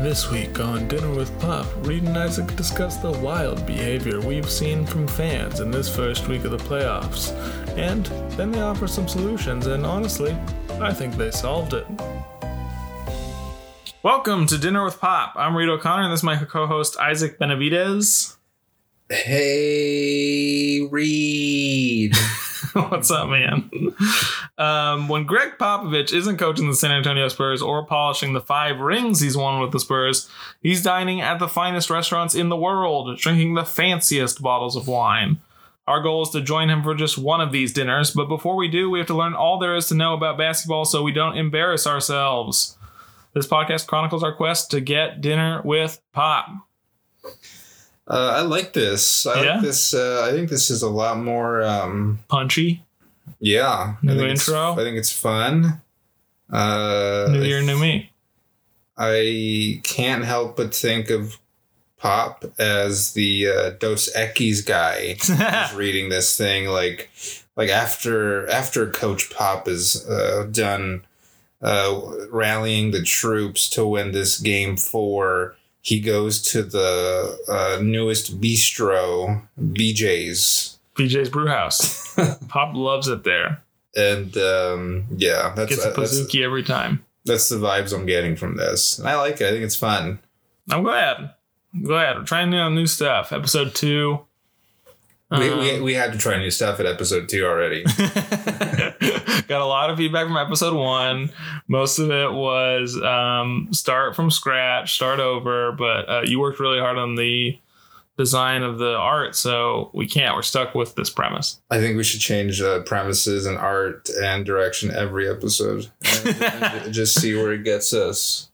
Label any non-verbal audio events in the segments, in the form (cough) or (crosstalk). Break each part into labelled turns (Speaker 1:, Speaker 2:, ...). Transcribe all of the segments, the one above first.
Speaker 1: This week on Dinner with Pop, Reed and Isaac discuss the wild behavior we've seen from fans in this first week of the playoffs. And then they offer some solutions, and honestly, I think they solved it. Welcome to Dinner with Pop. I'm Reed O'Connor, and this is my co host, Isaac Benavides.
Speaker 2: Hey, Reed.
Speaker 1: (laughs) What's up, man? Um, when Greg Popovich isn't coaching the San Antonio Spurs or polishing the five rings he's won with the Spurs, he's dining at the finest restaurants in the world, drinking the fanciest bottles of wine. Our goal is to join him for just one of these dinners, but before we do, we have to learn all there is to know about basketball so we don't embarrass ourselves. This podcast chronicles our quest to get dinner with Pop.
Speaker 2: Uh, I like this. I
Speaker 1: Yeah?
Speaker 2: like this. Uh, I think this is a lot more. Um,
Speaker 1: Punchy.
Speaker 2: yeah.
Speaker 1: New
Speaker 2: I think it's-
Speaker 1: intro?
Speaker 2: I think it's fun. Uh,
Speaker 1: New year, new me. (laughs)
Speaker 2: I can't help but think of Pop as the uh, Dos Equis guy.
Speaker 1: (laughs)
Speaker 2: who's reading this thing, like, like after after Coach Pop is uh, done uh, rallying the troops to win this game four, he goes to the uh, newest bistro, BJ's,
Speaker 1: BJ's Brewhouse. Pop loves it there.
Speaker 2: and um, yeah, that's
Speaker 1: Gets a
Speaker 2: that's,
Speaker 1: Pazuki every time.
Speaker 2: that's the vibes I'm getting from this. And I like it. I think it's fun.
Speaker 1: I'm glad. I'm glad. We're trying new, new stuff. Episode two.
Speaker 2: we,
Speaker 1: Um, (laughs)
Speaker 2: we, we had to try new stuff at episode two already.
Speaker 1: got a lot of feedback from episode one. Most of it was um, start from scratch, start over. But uh, you worked really hard on the design of the art, so we can't. We're stuck with this premise.
Speaker 2: I think we should change uh, premises and art and direction every
Speaker 1: (laughs)
Speaker 2: episode, and, and just see where it gets us.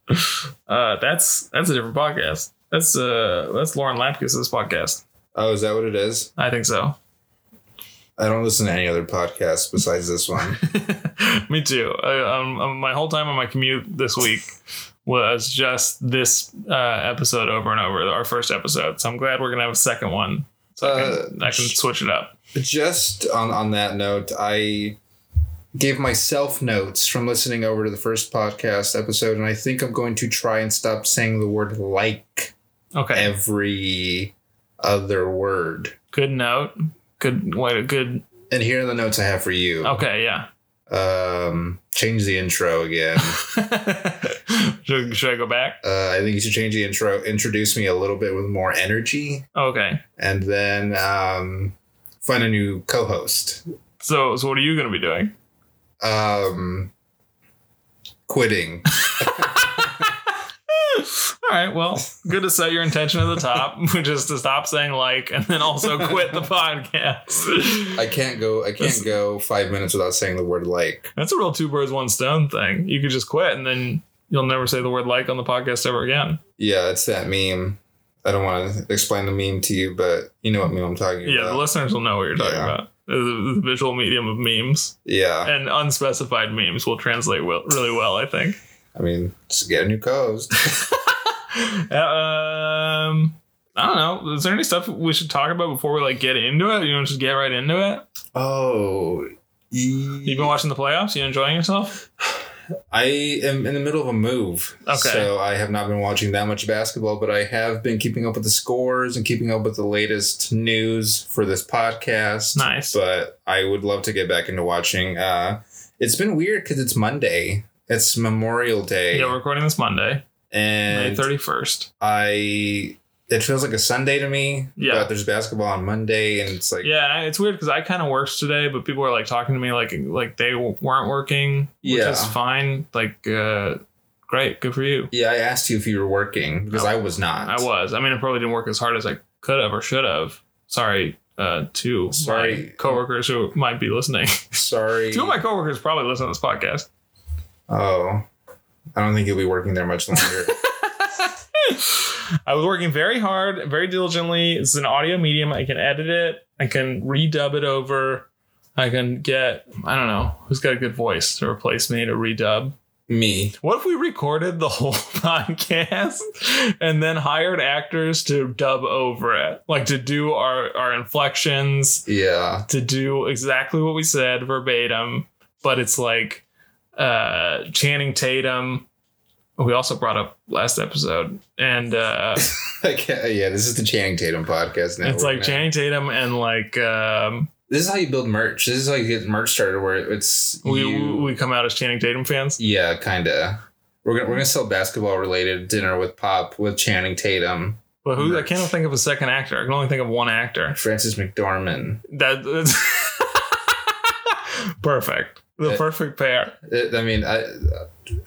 Speaker 1: Uh, that's that's a different podcast. That's uh that's Lauren Lapkus's podcast.
Speaker 2: Oh, is that what it is?
Speaker 1: I think so.
Speaker 2: I don't listen to any other podcasts besides this one.
Speaker 1: (laughs) Me too. I, um, um, my whole time on my commute this week was just this uh, episode over and over, our first episode. So I'm glad we're gonna have a second one, so I, can,
Speaker 2: Uh,
Speaker 1: I can switch it up.
Speaker 2: Just on on that note, I gave myself notes from listening over to the first podcast episode, and I think I'm going to try and stop saying the word like
Speaker 1: Okay,
Speaker 2: every other word.
Speaker 1: good note. Good, what a good.
Speaker 2: And here are the notes I have for you.
Speaker 1: Okay, yeah. (laughs)
Speaker 2: Um, change the intro again.
Speaker 1: should, should I go back?
Speaker 2: Uh, I think you should change the intro. Introduce me a little bit with more energy,
Speaker 1: Okay.
Speaker 2: and then um, find a new co-host.
Speaker 1: So, so what are you gonna be doing? (laughs)
Speaker 2: Um, quitting.
Speaker 1: All right. Well, good to set your intention at the top, (laughs) which is to stop saying like, and then also quit
Speaker 2: (laughs)
Speaker 1: the podcast.
Speaker 2: I can't go. I can't go five minutes without saying the word like.
Speaker 1: That's a real two birds, one stone thing. You could just quit and then you'll never say the word like on the podcast ever again.
Speaker 2: Yeah, it's that meme. I don't want to explain the meme to you, but you know what meme I'm talking
Speaker 1: Yeah, the
Speaker 2: about.
Speaker 1: listeners will know what you're talking
Speaker 2: Yeah.
Speaker 1: about. The, the visual medium of memes
Speaker 2: yeah.
Speaker 1: and unspecified memes will translate well, really well, I think. (laughs)
Speaker 2: I mean, just get a new co-host.
Speaker 1: um, I don't know. Is there any stuff we should talk about before we like get into it? You know, just get right into it.
Speaker 2: oh.
Speaker 1: You've been watching the playoffs. You enjoying yourself?
Speaker 2: I am in the middle of a move.
Speaker 1: Okay.
Speaker 2: So I have not been watching that much basketball, but I have been keeping up with the scores and keeping up with the latest news for this podcast.
Speaker 1: Nice.
Speaker 2: But I would love to get back into watching. Uh, it's been weird because it's Monday. It's Memorial Day.
Speaker 1: Yeah, we're recording this Monday, May
Speaker 2: and
Speaker 1: thirty first.
Speaker 2: I it feels like a Sunday to me.
Speaker 1: Yeah.
Speaker 2: But there's basketball on Monday and it's like
Speaker 1: Yeah, and I- it's weird because I kind of worked today, but people were like talking to me like like they w- weren't working, which
Speaker 2: Yeah.
Speaker 1: is fine. Like, uh, great, good for you.
Speaker 2: Yeah, I asked you if you were working because
Speaker 1: No.
Speaker 2: I was not.
Speaker 1: I was. I mean, I probably didn't work as hard as I could have or should have. Sorry, uh, to
Speaker 2: Sorry.
Speaker 1: my coworkers who might be listening. (laughs)
Speaker 2: Sorry.
Speaker 1: Two of my coworkers probably listen to this podcast.
Speaker 2: oh. I don't think you'll be working there much longer.
Speaker 1: I was working very hard, very diligently. It's an audio medium. I can edit it. I can redub it over. I can get, I don't know, who's got a good voice to replace me to redub?
Speaker 2: me.
Speaker 1: What if we recorded the (laughs) whole podcast and then hired actors to dub over it? Like to do our, our inflections,
Speaker 2: Yeah. (laughs)
Speaker 1: to do exactly what we said verbatim, but it's like uh Channing Tatum we also brought up last episode, and uh,
Speaker 2: I can't, yeah, this is the Channing Tatum podcast now.
Speaker 1: it's like Channing Tatum and like um,
Speaker 2: This is how you build merch. This is how you get merch started where it's
Speaker 1: we
Speaker 2: you-
Speaker 1: we come out as Channing Tatum fans.
Speaker 2: Yeah, kind of. We're gonna we're gonna sell basketball related dinner with Pop with Channing Tatum,
Speaker 1: But who I
Speaker 2: Merch.
Speaker 1: cannot think of a second actor. I can only think of one actor.
Speaker 2: Francis McDormand.
Speaker 1: That that's (laughs) perfect. The
Speaker 2: Uh,
Speaker 1: perfect pair.
Speaker 2: It- I mean, I,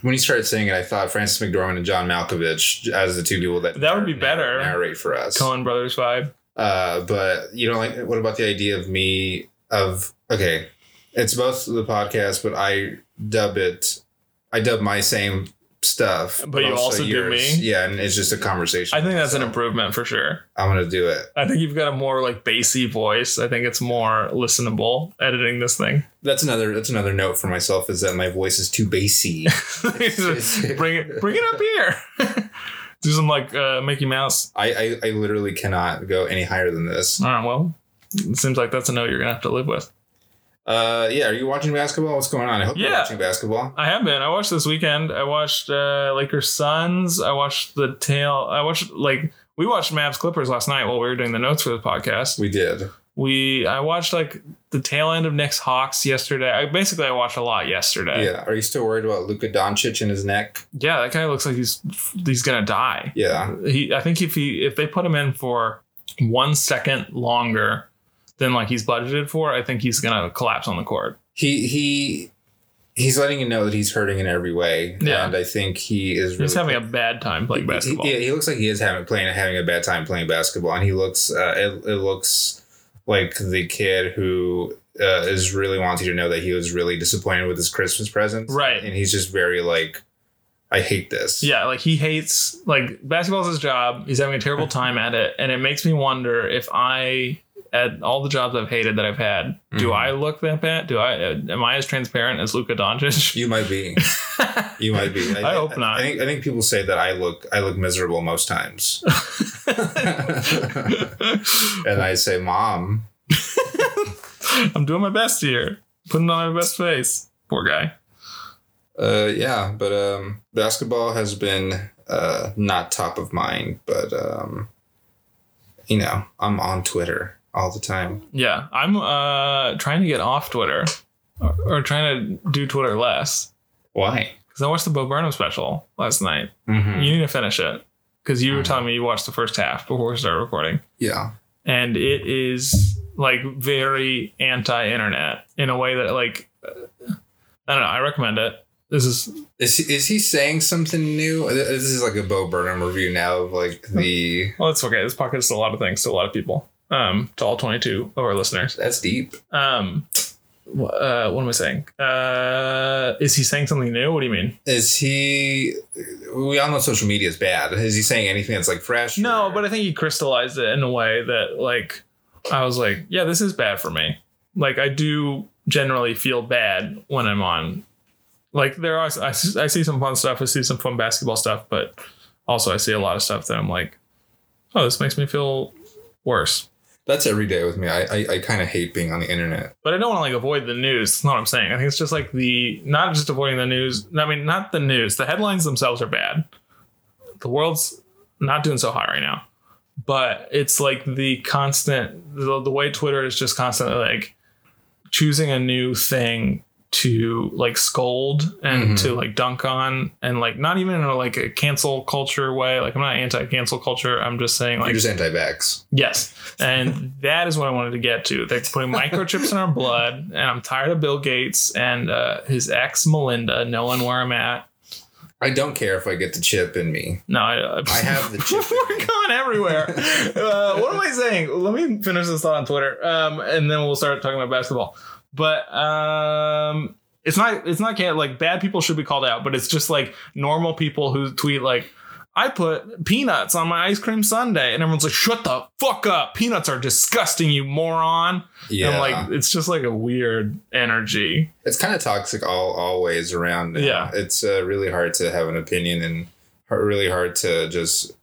Speaker 2: when you started saying it, I thought Francis McDormand and John Malkovich as the two people that
Speaker 1: That would be better.
Speaker 2: narrate for us.
Speaker 1: Cohen Brothers vibe.
Speaker 2: Uh, but you know, like, what about the idea of me of okay, it's both the podcast, but I dub it. I dub my same stuff,
Speaker 1: But you also do me?
Speaker 2: Yeah, and it's just a conversation.
Speaker 1: I think that's an
Speaker 2: So,
Speaker 1: improvement for sure.
Speaker 2: I'm gonna do it.
Speaker 1: I think you've got a more like bassy voice. I think it's more listenable editing this thing. (laughs)
Speaker 2: That's another. That's another note for myself is that my voice is too
Speaker 1: (laughs)
Speaker 2: bassy.
Speaker 1: bring it, bring it up here. (laughs) Do some like uh, Mickey Mouse.
Speaker 2: I, I I literally cannot go any higher than this.
Speaker 1: All right, well, it seems like that's a note you're gonna have to live with.
Speaker 2: Uh, yeah. Are you watching basketball? What's going on? I hope you're
Speaker 1: Yeah.
Speaker 2: watching basketball.
Speaker 1: I have been. I watched this weekend. I watched uh, Lakers Suns. I watched the tail. I watched like we watched Mavs Clippers last night while we were doing the notes for the podcast.
Speaker 2: We did.
Speaker 1: We I watched like the tail end of Knicks Hawks yesterday. I basically I watched a lot yesterday.
Speaker 2: Yeah. Are you still worried about Luka Doncic and his neck?
Speaker 1: yeah that guy looks like he's he's gonna die.
Speaker 2: Yeah.
Speaker 1: he I think if he if they put him in for one second longer than like he's budgeted for, I think he's gonna collapse on the court.
Speaker 2: He he he's letting you know that he's hurting in every way.
Speaker 1: Yeah.
Speaker 2: And I think he is really
Speaker 1: He's having a bad time playing
Speaker 2: He-
Speaker 1: basketball.
Speaker 2: He, yeah, he looks like he is having playing having a bad time playing basketball, and he looks uh, it, it looks like the kid who uh, is really wanting to know that he was really disappointed with his Christmas presents,
Speaker 1: Right.
Speaker 2: And he's just very like, I hate this.
Speaker 1: Yeah, like he hates like basketball's his job. He's having a
Speaker 2: (laughs)
Speaker 1: terrible time at it, and it makes me wonder if I at all the jobs I've hated that I've had, do
Speaker 2: Mhm.
Speaker 1: I look that bad? Do I am I as transparent as Luka Doncic?
Speaker 2: you might be,
Speaker 1: (laughs)
Speaker 2: you might be.
Speaker 1: I hope not.
Speaker 2: I think I think people say that I look I look miserable most
Speaker 1: (laughs)
Speaker 2: times, (laughs) and I say, Mom,
Speaker 1: I'm doing my best here, putting on my best face. Poor guy.
Speaker 2: uh, yeah, but um, basketball has been uh, not top of mind, but um, you know, I'm on Twitter all the time.
Speaker 1: Yeah, I'm uh, trying to get off Twitter or, or trying to do Twitter less
Speaker 2: Why?
Speaker 1: because I watched the Bo Burnham special last night.
Speaker 2: Mm-hmm.
Speaker 1: You need to finish it because you were
Speaker 2: Mhm.
Speaker 1: telling me you watched the first half before we started recording,
Speaker 2: Yeah,
Speaker 1: and it is like very anti-internet in a way that like uh, I don't know. I recommend it. This is
Speaker 2: is he, is he saying something new? Uh, This is like a Bo Burnham review now of like the
Speaker 1: well, it's okay. This pockets a lot of things to a lot of people. Um, to all 22 of our listeners.
Speaker 2: that's deep.
Speaker 1: Um, wh- uh, what am I saying? Uh, is he saying something new? What do you mean?
Speaker 2: Is he? We all know social media is bad. Is he saying anything that's like fresh?
Speaker 1: No, but I think he crystallized it in a way that like I was like, yeah, this is bad for me. Like I do generally feel bad when I'm on. Like there are I, s- I see some fun stuff, I see some fun basketball stuff, but also I see a lot of stuff that I'm like, oh, this makes me feel worse.
Speaker 2: that's every day with me. I I, I kind of hate being on the internet.
Speaker 1: But I don't want to like avoid the news. That's not what I'm saying. I think it's just like the not just avoiding the news. I mean, not the news. The headlines themselves are bad. The world's not doing so hot right now. But it's like the constant the, the way Twitter is just constantly like choosing a new thing to like scold and
Speaker 2: Mhm.
Speaker 1: to like dunk on and like not even in a, like a cancel culture way. Like I'm not anti cancel culture. I'm just saying like
Speaker 2: You're just anti-vax.
Speaker 1: Yes.
Speaker 2: (laughs)
Speaker 1: And that is what I wanted to get to. They're putting microchips in our blood, and I'm tired of Bill Gates and uh, his ex Melinda knowing where I'm at.
Speaker 2: I don't care if I get the chip in me.
Speaker 1: No, I,
Speaker 2: I
Speaker 1: (laughs)
Speaker 2: have the chip.
Speaker 1: We're going
Speaker 2: (laughs)
Speaker 1: everywhere. Uh, what am I saying? Let me finish this thought on Twitter, um, and then we'll start talking about basketball. But um, it's not it's not can- like bad people should be called out, but it's just like normal people who tweet like. I put peanuts on my ice cream sundae, and everyone's like, "Shut the fuck up! Peanuts are disgusting, you moron!"
Speaker 2: Yeah,
Speaker 1: And like, it's just like a weird energy.
Speaker 2: it's kind of toxic all always around. now.
Speaker 1: Yeah.
Speaker 2: it's uh, really hard to have an opinion and har- really hard to just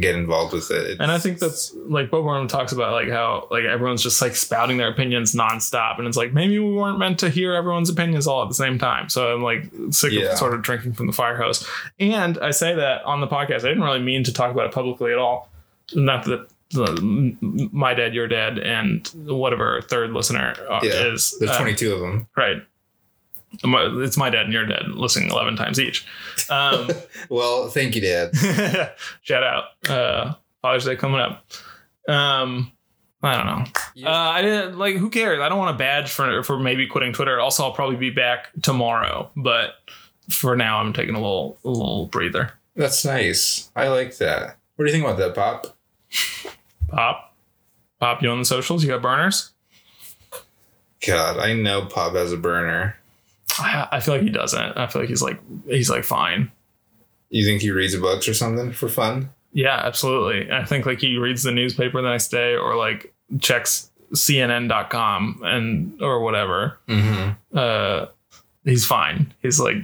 Speaker 2: get involved with it. It's-
Speaker 1: And I think that's like Bo Burnham talks about like how like everyone's just like spouting their opinions nonstop, and it's like maybe we weren't meant to hear everyone's opinions all at the same time. So I'm like sick
Speaker 2: Yeah.
Speaker 1: of sort of drinking from the fire hose. And I say that on the podcast. I didn't really mean to talk about it publicly at all. Not that the, my dad, your dad, and whatever third listener uh,
Speaker 2: Yeah.
Speaker 1: is
Speaker 2: there's
Speaker 1: uh,
Speaker 2: 22 of them.
Speaker 1: right. My- It's my dad and your dad listening eleven times each. Um,
Speaker 2: Well, thank you, Dad.
Speaker 1: (laughs) Shout out. Uh Father's Day coming up. Um I don't know.
Speaker 2: Yeah.
Speaker 1: Uh, I didn't like. Who cares? I don't want a badge for for maybe quitting Twitter. Also, I'll probably be back tomorrow, but for now, I'm taking a little a little breather.
Speaker 2: That's nice. I like that. What do you think about that, Pop?
Speaker 1: Pop, pop. You on the socials? You got burners?
Speaker 2: God, I know Pop has a burner.
Speaker 1: I, I feel like he doesn't. I feel like he's like he's like fine.
Speaker 2: You think he reads books or something for fun?
Speaker 1: Yeah, absolutely. I think like he reads the newspaper the next day or like checks CNN.com and or whatever.
Speaker 2: Mm-hmm.
Speaker 1: uh he's fine he's like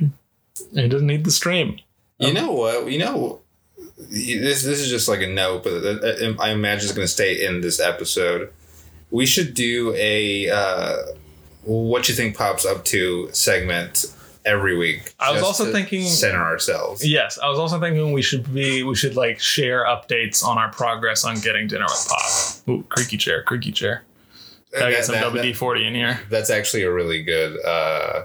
Speaker 1: he doesn't need the stream
Speaker 2: You
Speaker 1: Um,
Speaker 2: know what? You know, this this is just like a note, but uh, I imagine it's going to stay in this episode. We should do a uh, what you think pops up to segment every week.
Speaker 1: I was
Speaker 2: just
Speaker 1: also
Speaker 2: to
Speaker 1: thinking-
Speaker 2: center ourselves.
Speaker 1: yes i was also thinking we should be we should like share updates on our progress on getting dinner with pop Ooh, creaky chair creaky chair i got
Speaker 2: That-
Speaker 1: some
Speaker 2: that- that-
Speaker 1: wd-40 in here
Speaker 2: that's actually a really good. Uh,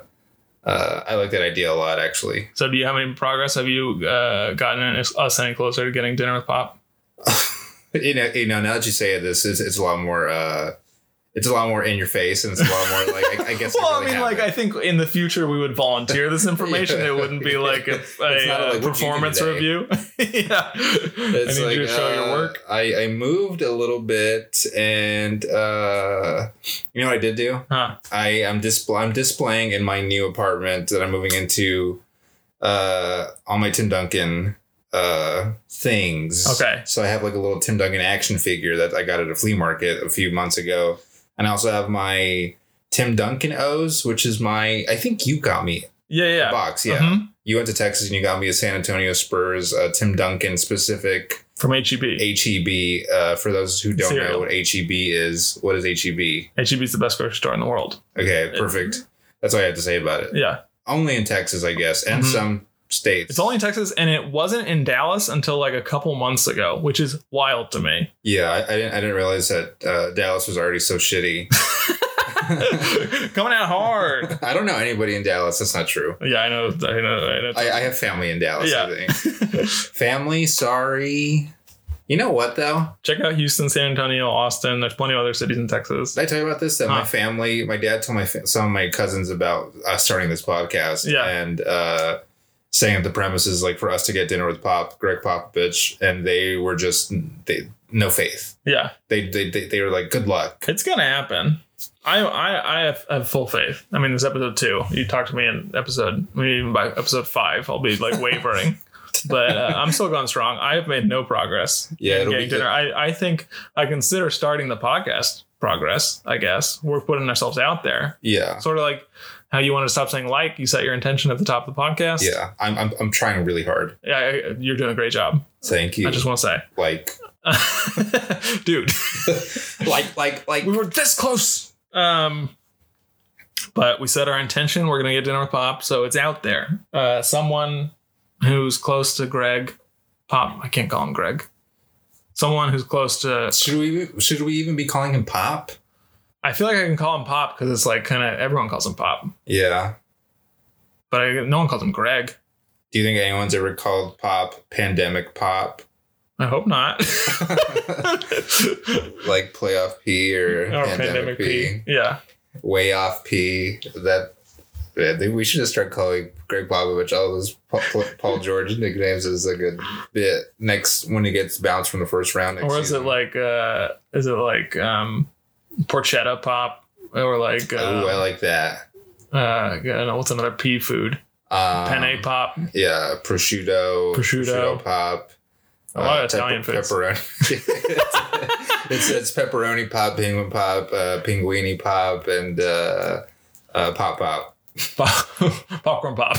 Speaker 2: uh, I like that idea a lot, actually.
Speaker 1: so do you have any progress have you uh gotten us any closer to getting dinner with pop
Speaker 2: You know, you know. Now that you say it, this is it's a lot more. Uh, it's a lot more in your face, and it's a lot more like I, I guess.
Speaker 1: (laughs) well, I
Speaker 2: really
Speaker 1: mean, like,
Speaker 2: happened.
Speaker 1: I think in the future we would volunteer
Speaker 2: (laughs)
Speaker 1: this information. It wouldn't be like a,
Speaker 2: It's
Speaker 1: a,
Speaker 2: not
Speaker 1: uh,
Speaker 2: like, "What you do
Speaker 1: performance
Speaker 2: today?"
Speaker 1: review. (laughs) yeah,
Speaker 2: It's
Speaker 1: I need
Speaker 2: like,
Speaker 1: you to show your
Speaker 2: uh,
Speaker 1: work.
Speaker 2: I, I moved a little bit, and uh, you know what I did do?
Speaker 1: Huh.
Speaker 2: I am display I'm displaying in my new apartment that I'm moving into uh, all my Tim Duncan uh, things.
Speaker 1: Okay.
Speaker 2: So I have like a little Tim Duncan action figure that I got at a flea market a few months ago, and I also have my Tim Duncan O's, which is my I think you got me
Speaker 1: Yeah,
Speaker 2: a
Speaker 1: yeah.
Speaker 2: box, yeah.
Speaker 1: Mhm.
Speaker 2: You went to Texas and you got me a San Antonio Spurs uh, Tim Duncan specific.
Speaker 1: From E
Speaker 2: E
Speaker 1: HEB.
Speaker 2: HEB. Uh, for those who don't
Speaker 1: Cereal.
Speaker 2: know what HEB is, what is HEB?
Speaker 1: HEB is the best grocery store in the world.
Speaker 2: Okay, perfect. That's all I have to say about it.
Speaker 1: Yeah.
Speaker 2: Only in Texas, I guess, and
Speaker 1: Mhm.
Speaker 2: some states.
Speaker 1: It's only in Texas and it wasn't in Dallas until like a couple months ago, which is wild to me. (laughs)
Speaker 2: yeah, I, I didn't. I didn't realize that uh, Dallas was already so shitty.
Speaker 1: Coming out hard.
Speaker 2: I don't know anybody in Dallas. That's not true.
Speaker 1: Yeah, I know. I know. I
Speaker 2: I, I have family in Dallas.
Speaker 1: Yeah.
Speaker 2: I think.
Speaker 1: know.
Speaker 2: family. Sorry. You know what though?
Speaker 1: Check out Houston, San Antonio, Austin. There's plenty of other cities in Texas.
Speaker 2: Did I tell you about this? That
Speaker 1: Huh.
Speaker 2: my family, my dad told my fa- some of my cousins about us starting this podcast.
Speaker 1: Yeah.
Speaker 2: And uh, saying that the premise is like for us to get dinner with Pop, Greg Popovich, and they were just they no faith.
Speaker 1: Yeah,
Speaker 2: They they they, they were like, good luck.
Speaker 1: it's gonna happen. I I I have, I have full faith. I mean, this episode two. You talk to me in episode maybe even by episode five, I'll be like wavering. but uh, I'm still going strong. I have made no progress.
Speaker 2: Yeah,
Speaker 1: in
Speaker 2: it'll
Speaker 1: getting
Speaker 2: be good.
Speaker 1: dinner. I, I think I consider starting the podcast progress. I guess we're putting ourselves out there,
Speaker 2: Yeah.
Speaker 1: sort of like how you want to stop saying like. You set your intention at the top of the podcast.
Speaker 2: Yeah. I'm I'm, I'm trying really hard.
Speaker 1: yeah, I- you're doing a great job.
Speaker 2: Thank you.
Speaker 1: I just want to
Speaker 2: like
Speaker 1: say, (laughs) dude,
Speaker 2: like like like
Speaker 1: we were this close. Um, but we set our intention. We're gonna get dinner with Pop, so it's out there. Uh, someone who's close to Greg, Pop. I can't call him Greg. Someone who's close to
Speaker 2: should we should we even be calling him Pop?
Speaker 1: I feel like I can call him Pop because it's like kind of everyone calls him Pop,
Speaker 2: Yeah.
Speaker 1: but I, no one calls him Greg.
Speaker 2: Do you think anyone's ever called Pop Pandemic Pop? (laughs)
Speaker 1: I hope not. (laughs)
Speaker 2: like playoff P or,
Speaker 1: or
Speaker 2: pandemic,
Speaker 1: pandemic
Speaker 2: P.
Speaker 1: P. Yeah.
Speaker 2: way off P. That I think we should just start calling Greg Popovich all those Paul, Paul George nicknames is a good bit. Next when he gets bounced from the first round, next
Speaker 1: Or is it
Speaker 2: season.
Speaker 1: like uh is it like um porchetta pop or like
Speaker 2: Ooh, I
Speaker 1: uh,
Speaker 2: like that.
Speaker 1: uh I don't know what's another pea food?
Speaker 2: Um,
Speaker 1: Penne pop.
Speaker 2: yeah, prosciutto,
Speaker 1: Prosciutto.
Speaker 2: pop,
Speaker 1: A lot
Speaker 2: uh,
Speaker 1: of Italian (laughs)
Speaker 2: pepper-
Speaker 1: foods.
Speaker 2: Pepperoni. (laughs) it's, it's pepperoni pop, penguin pop, uh, pinguini pop, and uh, uh, pop pop.
Speaker 1: Pop- (laughs) popcorn pop.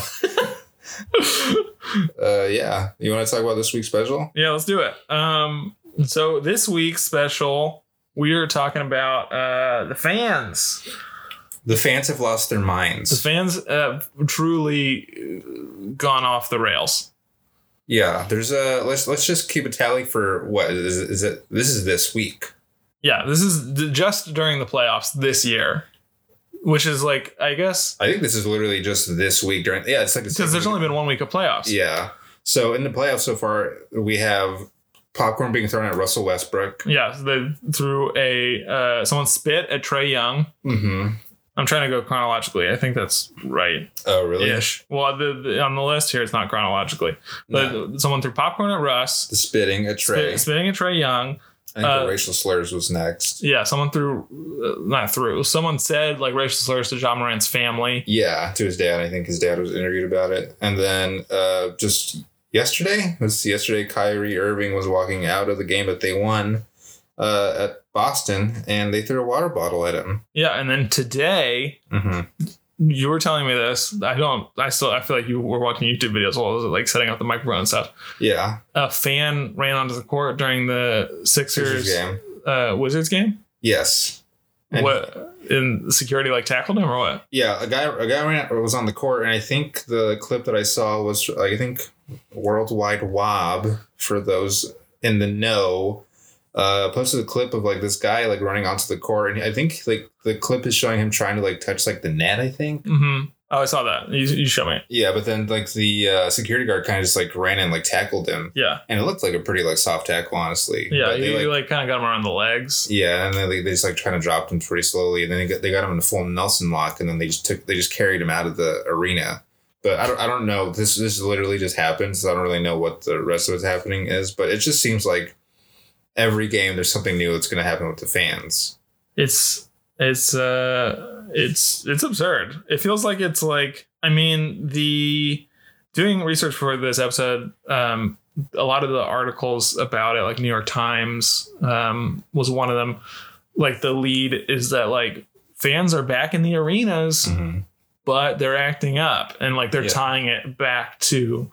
Speaker 2: Uh, yeah. You want to talk about this week's special?
Speaker 1: Yeah, let's do it. Um, so this week's special, we are talking about uh, the fans.
Speaker 2: The fans have lost their minds.
Speaker 1: The fans have truly uh, gone off the rails.
Speaker 2: yeah. There's a let's let's just keep a tally for what is, is it? This is this week.
Speaker 1: Yeah, this is d- just during the playoffs this year, which is like I guess
Speaker 2: I think this is literally just this week during. Yeah, it's like
Speaker 1: because there's only been one week of playoffs.
Speaker 2: Yeah. So in the playoffs so far, we have popcorn being thrown at Russell Westbrook.
Speaker 1: Yeah, so they threw a uh, someone spit at Trey Young.
Speaker 2: Mm-hmm.
Speaker 1: I'm trying to go chronologically. I think that's right
Speaker 2: Oh, really?
Speaker 1: ish. Well, the, the, on the list here, it's not chronologically, but
Speaker 2: No.
Speaker 1: someone threw popcorn at Russ,
Speaker 2: The spitting at Trey.
Speaker 1: spit- spitting at Trey Young.
Speaker 2: I think
Speaker 1: uh,
Speaker 2: the racial slurs was next.
Speaker 1: Yeah, someone threw, uh, not through, someone said like racial slurs to John Morant's family.
Speaker 2: Yeah, to his dad. I think his dad was interviewed about it. And then uh, just yesterday, it was yesterday, Kyrie Irving was walking out of the game that they won uh, at Boston, and they threw a water bottle at him.
Speaker 1: Yeah, and then today,
Speaker 2: Mm-hmm.
Speaker 1: you were telling me this. I don't, I still, I feel like you were watching YouTube videos while I was like setting up the microphone and stuff.
Speaker 2: Yeah,
Speaker 1: A fan ran onto the court during the Sixers,
Speaker 2: Sixers game.
Speaker 1: Uh, Wizards game.
Speaker 2: Yes. And-
Speaker 1: what in security like tackled him or what?
Speaker 2: Yeah, a guy a guy ran, was on the court, and I think the clip that I saw was like I think worldwide wob for those in the know. Uh, posted a clip of like this guy like running onto the court, and I think like the clip is showing him trying to like touch like the net. I think.
Speaker 1: Mm-hmm. Oh, I saw that. You, you showed me.
Speaker 2: Yeah, but then like the uh, security guard kind of just like ran and like tackled him,
Speaker 1: Yeah,
Speaker 2: and it looked like a pretty like soft tackle, honestly.
Speaker 1: yeah.
Speaker 2: But
Speaker 1: You,
Speaker 2: they,
Speaker 1: you
Speaker 2: like,
Speaker 1: like kind of got him around the legs.
Speaker 2: yeah, and then like, they just like trying to drop him pretty slowly, and then they got, they got him in a full Nelson lock, and then they just took they just carried him out of the arena. But I don't I don't know this this literally just happened, so I don't really know what the rest of what's happening is. But it just seems like every game there's something new that's going to happen with the fans.
Speaker 1: It's it's uh it's it's absurd. It feels like it's like I mean the doing research for this episode. Um, a lot of the articles about it, like New York Times, um, was one of them. Like the lead is that like fans are back in the arenas. but they're acting up and like they're
Speaker 2: Yeah.
Speaker 1: tying it back to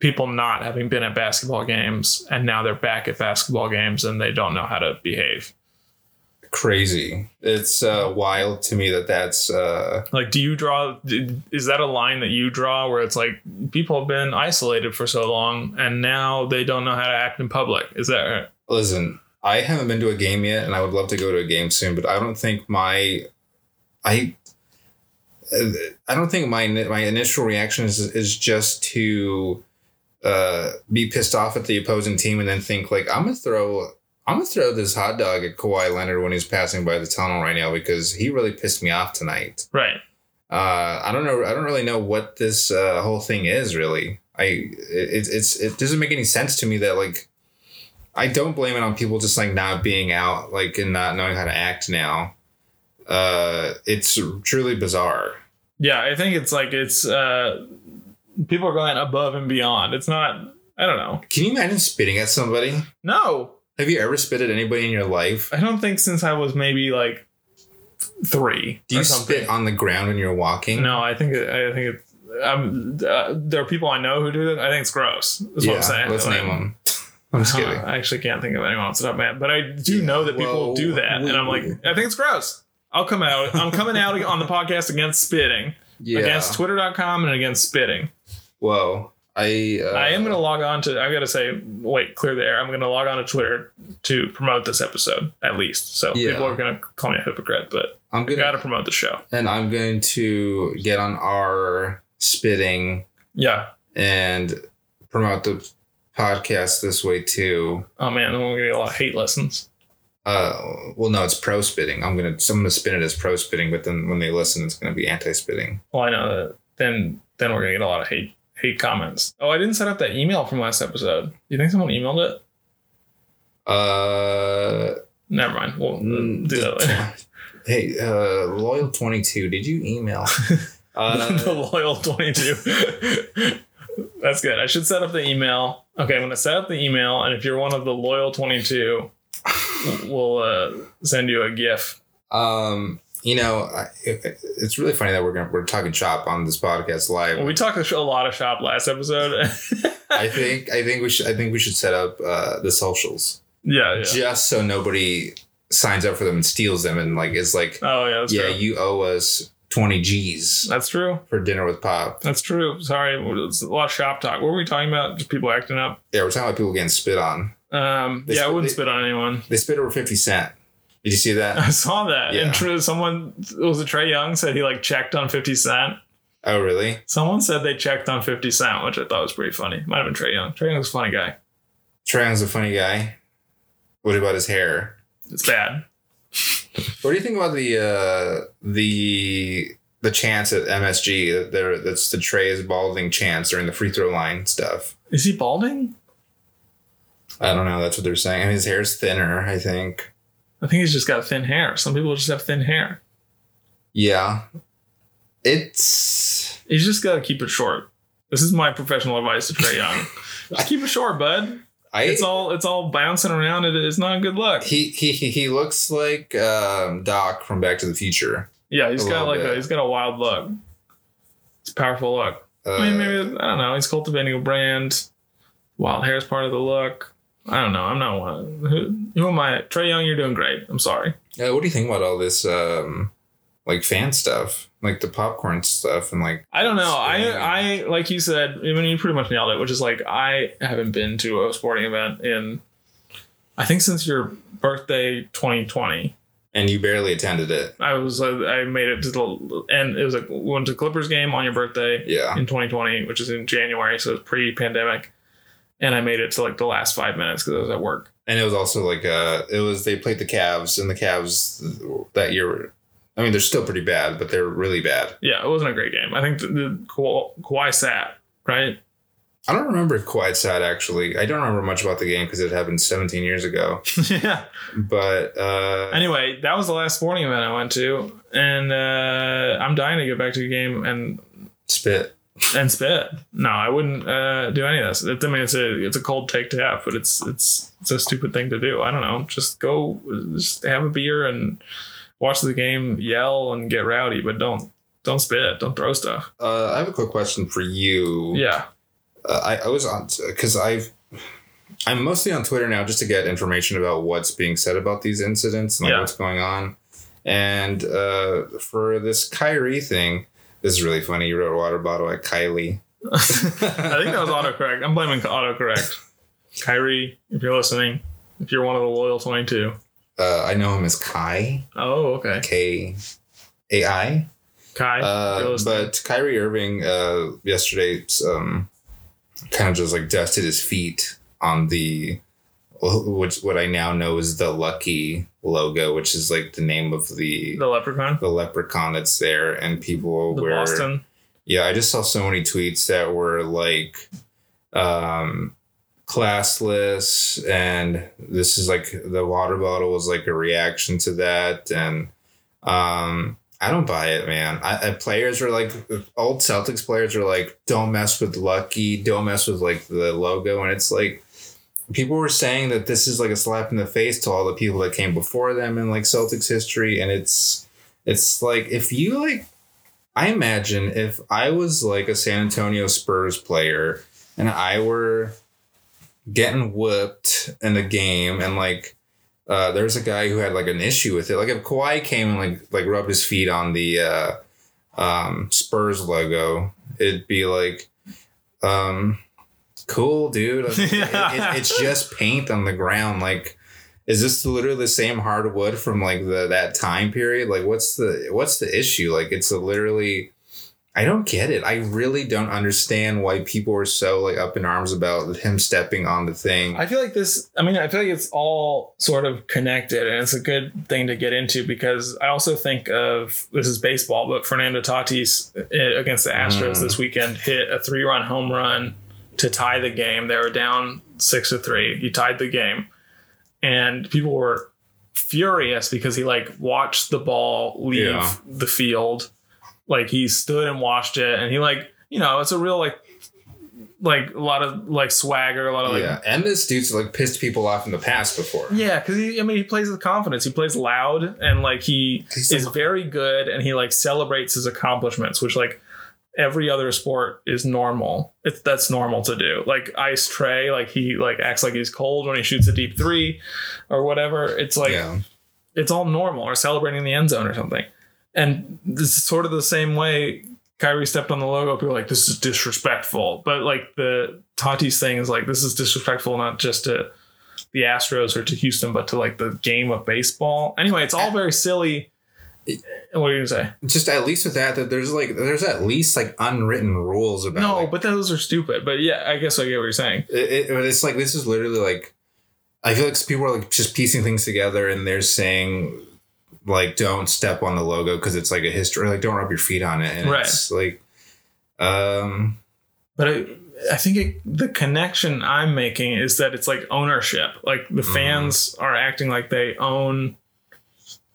Speaker 1: people not having been at basketball games and now they're back at basketball games and they don't know how to behave.
Speaker 2: Crazy! It's uh, wild to me that that's uh,
Speaker 1: Like, do you draw? Is that a line that you draw where it's like people have been isolated for so long and now they don't know how to act in public? Is that
Speaker 2: Listen, I haven't been to a game yet, and I would love to go to a game soon. But I don't think my, I, I don't think my my initial reaction is is just to, uh, be pissed off at the opposing team and then think like I'm gonna throw. I'm gonna throw this hot dog at Kawhi Leonard when he's passing by the tunnel right now because he really pissed me off tonight.
Speaker 1: right?
Speaker 2: Uh, I don't know. I don't really know what this uh, whole thing is really. I it, it's it doesn't make any sense to me that like I don't blame it on people just like not being out like and not knowing how to act now. Uh, it's truly bizarre.
Speaker 1: Yeah, I think it's like it's uh, people are going above and beyond. It's not, I don't know.
Speaker 2: Can you imagine spitting at somebody?
Speaker 1: No,
Speaker 2: Have you ever spit at anybody in your life?
Speaker 1: I don't think since I was maybe like three.
Speaker 2: Do you
Speaker 1: or something.
Speaker 2: spit on the ground when you're walking?
Speaker 1: No, I think it- I think it's. Um, uh, there are people I know who do that. I think it's gross. That's what I'm saying.
Speaker 2: Let's
Speaker 1: Like,
Speaker 2: name them. (laughs) I'm just
Speaker 1: huh,
Speaker 2: kidding.
Speaker 1: Uh, I actually can't think of anyone off the top of my head, but I do
Speaker 2: Yeah,
Speaker 1: know that people
Speaker 2: well,
Speaker 1: do that, and I'm like,
Speaker 2: we-
Speaker 1: I think it's gross. I'll come out. I'm coming out on the podcast against spitting, (laughs)
Speaker 2: Yeah.
Speaker 1: against Twitter.com, and against spitting.
Speaker 2: Whoa. I. Uh,
Speaker 1: I am going to log on to. I've got to say, wait, clear the air. I'm going to log on to Twitter to promote this episode at least. So
Speaker 2: Yeah.
Speaker 1: people are going to call me a hypocrite, but
Speaker 2: I'm
Speaker 1: we
Speaker 2: gonna.
Speaker 1: got to promote the show.
Speaker 2: and I'm going to get on our spitting
Speaker 1: Yeah.
Speaker 2: and promote the podcast this way too.
Speaker 1: Oh man, then we're going to get a lot of hate lessons.
Speaker 2: Uh, well, no, it's pro spitting. I'm gonna, so I'm gonna spin it as pro spitting, but then when they listen, it's gonna be anti spitting.
Speaker 1: Well, I know that then then we're gonna get a lot of hate hate comments. Oh, I didn't set up that email from last episode. You think someone emailed it?
Speaker 2: Uh, (laughs)
Speaker 1: Never mind. We'll uh, do
Speaker 2: mm,
Speaker 1: that
Speaker 2: (laughs)
Speaker 1: later. (laughs)
Speaker 2: hey, uh, loyal twenty two. Did you email? uh,
Speaker 1: the loyal twenty two. (laughs) That's good. I should set up the email. Okay, I'm gonna set up the email, and if you're one of the
Speaker 2: (sighs)
Speaker 1: loyal twenty two, we'll uh, send you a GIF.
Speaker 2: um, you know, I, it, it's really funny that we're gonna, we're talking shop on this podcast
Speaker 1: (laughs)
Speaker 2: live.
Speaker 1: Well, we talked a, sh- a lot of shop last episode. (laughs)
Speaker 2: I think I think we should I think we should set up uh, the socials
Speaker 1: yeah, yeah.
Speaker 2: just so nobody signs up for them and steals them and like is like,
Speaker 1: Oh yeah, that's
Speaker 2: yeah,
Speaker 1: true.
Speaker 2: you owe us twenty G's
Speaker 1: That's true.
Speaker 2: for dinner with Pop.
Speaker 1: That's true. Sorry, it's a lot of shop talk. What were we talking about? Just people acting up.
Speaker 2: Yeah, we're talking about people getting spit on.
Speaker 1: Um,
Speaker 2: They
Speaker 1: yeah, I
Speaker 2: spit-
Speaker 1: wouldn't
Speaker 2: they-
Speaker 1: spit on anyone. (laughs)
Speaker 2: They spit over fifty cent. Did you see that?
Speaker 1: I saw that.
Speaker 2: Yeah.
Speaker 1: And true, someone was it Trey Young said he like checked on Fifty Cent.
Speaker 2: Oh, really?
Speaker 1: Someone said they checked on Fifty Cent, which I thought was pretty funny. Might have been Trey Young. Trey Young's a funny guy.
Speaker 2: Trans a funny guy. What about his hair?
Speaker 1: It's bad.
Speaker 2: What do you think about the uh, the the chance at MSG that there that's the Trey's balding chance during the free throw line stuff?
Speaker 1: Is he balding?
Speaker 2: I don't know. That's what they're saying. And his hair's thinner, I think.
Speaker 1: I think he's just got thin hair. Some people just have thin hair.
Speaker 2: Yeah, it's
Speaker 1: He's just got to keep it short. This is my professional advice to
Speaker 2: (laughs)
Speaker 1: Trey Young. just keep it short, bud.
Speaker 2: I.
Speaker 1: It's all it's all bouncing around. It, it's not a good look.
Speaker 2: he, he he he looks like um, Doc from Back to the Future.
Speaker 1: Yeah, he's
Speaker 2: A
Speaker 1: got
Speaker 2: little
Speaker 1: like a
Speaker 2: bit.
Speaker 1: he's got a wild look. It's a powerful look.
Speaker 2: Uh,
Speaker 1: I mean, maybe I don't know. He's cultivating a brand. Wild hair is part of the look. I don't know. I'm not one. Who, who am I? Trey Young, you're doing great. I'm sorry.
Speaker 2: uh, what do you think about all this um, like fan stuff, like the popcorn stuff, and like
Speaker 1: I don't know.
Speaker 2: Spinning.
Speaker 1: I I like you said. I mean, you pretty much nailed it. Which is like I haven't been to a sporting event in, I think since your birthday 2020.
Speaker 2: and you barely attended it.
Speaker 1: I was uh, I made it to the and it was like we went to Clippers game on your birthday.
Speaker 2: Yeah,
Speaker 1: in 2020, which is in January, so it's pre-pandemic. And I made it to like the last five minutes because I was at work.
Speaker 2: and it was also like uh, it was they played the Cavs, and the Cavs that year. were- I mean, they're still pretty bad, but they're really bad.
Speaker 1: Yeah, it wasn't a great game. I think the, the Ka- Kawhi sat right.
Speaker 2: I don't remember if Kawhi sat actually. I don't remember much about the game because it happened 17 years ago.
Speaker 1: yeah.
Speaker 2: But uh,
Speaker 1: Anyway, that was the last sporting event I went to, and uh, I'm dying to get back to the game and
Speaker 2: spit.
Speaker 1: and spit. No, I wouldn't uh, do any of this. It, I mean, it's a it's a cold take to have, but it's it's it's a stupid thing to do. I don't know. Just go, just have a beer and watch the game, yell and get rowdy, but don't don't spit, don't throw stuff.
Speaker 2: Uh, I have a quick question for you.
Speaker 1: Yeah.
Speaker 2: Uh, I, I was on because I've I'm mostly on Twitter now just to get information about what's being said about these incidents and like
Speaker 1: Yeah.
Speaker 2: what's going on. And uh, for this Kyrie thing, this is really funny. You wrote water bottle at Kylie.
Speaker 1: (laughs)
Speaker 2: (laughs)
Speaker 1: I think that was autocorrect. I'm blaming autocorrect. Kyrie, if you're listening, if you're one of the loyal 22.
Speaker 2: Uh, I know him as Kai
Speaker 1: Oh, okay.
Speaker 2: K A I.
Speaker 1: Kai, if you're
Speaker 2: Uh,
Speaker 1: listening.
Speaker 2: but Kyrie Irving uh, yesterday um, kind of just like dusted his feet on the which what I now know is the Lucky logo, which is like the name of the
Speaker 1: the leprechaun,
Speaker 2: the leprechaun that's there, and people
Speaker 1: the
Speaker 2: were
Speaker 1: Boston.
Speaker 2: yeah. I just saw so many tweets that were like. Um, classless and this is like the water bottle was like a reaction to that and um, I don't buy it, man. I, I players are like old Celtics players are like, don't mess with Lucky, don't mess with like the logo, and it's like people were saying that this is like a slap in the face to all the people that came before them in like Celtics history, and it's it's like if you like, I imagine if I was like a San Antonio Spurs player and I were getting whooped in a game and like uh, there was a guy who had like an issue with it. Like if Kawhi came and like like rubbed his feet on the uh, um, Spurs logo, it'd be like, um, cool, dude. Like, it-
Speaker 1: Yeah.
Speaker 2: it- it's just paint on the ground. Like, is this literally the same hardwood from like the that time period? Like, what's the what's the issue? Like, it's literally. I don't get it. I really don't understand why people are so like up in arms about him stepping on the thing.
Speaker 1: I feel like this, I mean, I feel like it's all sort of connected and it's a good thing to get into because I also think of this is baseball, but Fernando Tatis eh, against the Astros
Speaker 2: Mm.
Speaker 1: this weekend hit a three run home run to tie the game. They were down six to three. He tied the game. And people were furious because he like watched the ball leave
Speaker 2: Yeah.
Speaker 1: the field. Like he stood and watched it and he like, you know, it's a real like like a lot of like swagger, a lot of like
Speaker 2: yeah, and this dude's like pissed people off in the past before.
Speaker 1: Yeah, because I mean, he plays with confidence. He plays loud, and like he
Speaker 2: He's
Speaker 1: is
Speaker 2: so-
Speaker 1: very good, and he like celebrates his accomplishments, which like every other sport is normal. It's that's normal to do. Like Ice Tray, like he like acts like he's cold when he shoots a deep three, or whatever. It's like
Speaker 2: yeah,
Speaker 1: it's all normal, or celebrating the end zone or something. And this is sort of the same way Kyrie stepped on the logo. People were like this is disrespectful, but like the Tatis thing is like this is disrespectful, not just to the Astros or to Houston, but to like the game of baseball. Anyway, it's all very silly. And What are you gonna say?
Speaker 2: just at least with that, that there's like there's at least like unwritten rules about.
Speaker 1: No,
Speaker 2: like,
Speaker 1: but those are stupid. But yeah, I guess I get what you're saying.
Speaker 2: it, it, but it's like this is literally like I feel like people are like just piecing things together and they're saying like don't step on the logo because it's like a history like don't rub your feet on it and
Speaker 1: Right.
Speaker 2: it's like um
Speaker 1: But I, I think it, the connection I'm making is that it's like ownership. Like the
Speaker 2: Mhm.
Speaker 1: fans are acting like they own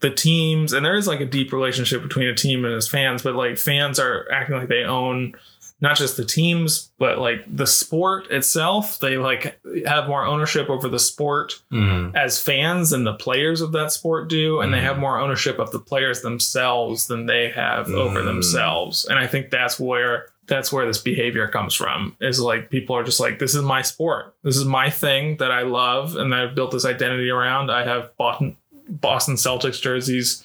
Speaker 1: the teams, and there is like a deep relationship between a team and its fans. But like fans are acting like they own not just the teams, but like the sport itself. They like have more ownership over the sport
Speaker 2: hmm.
Speaker 1: as fans than the players of that sport do, and they have more ownership of the players themselves than they have over
Speaker 2: Mm.
Speaker 1: themselves. And I think that's where that's where this behavior comes from. Is like people are just like, this is my sport, this is my thing that I love, and that I've built this identity around. I have Boston Boston Celtics jerseys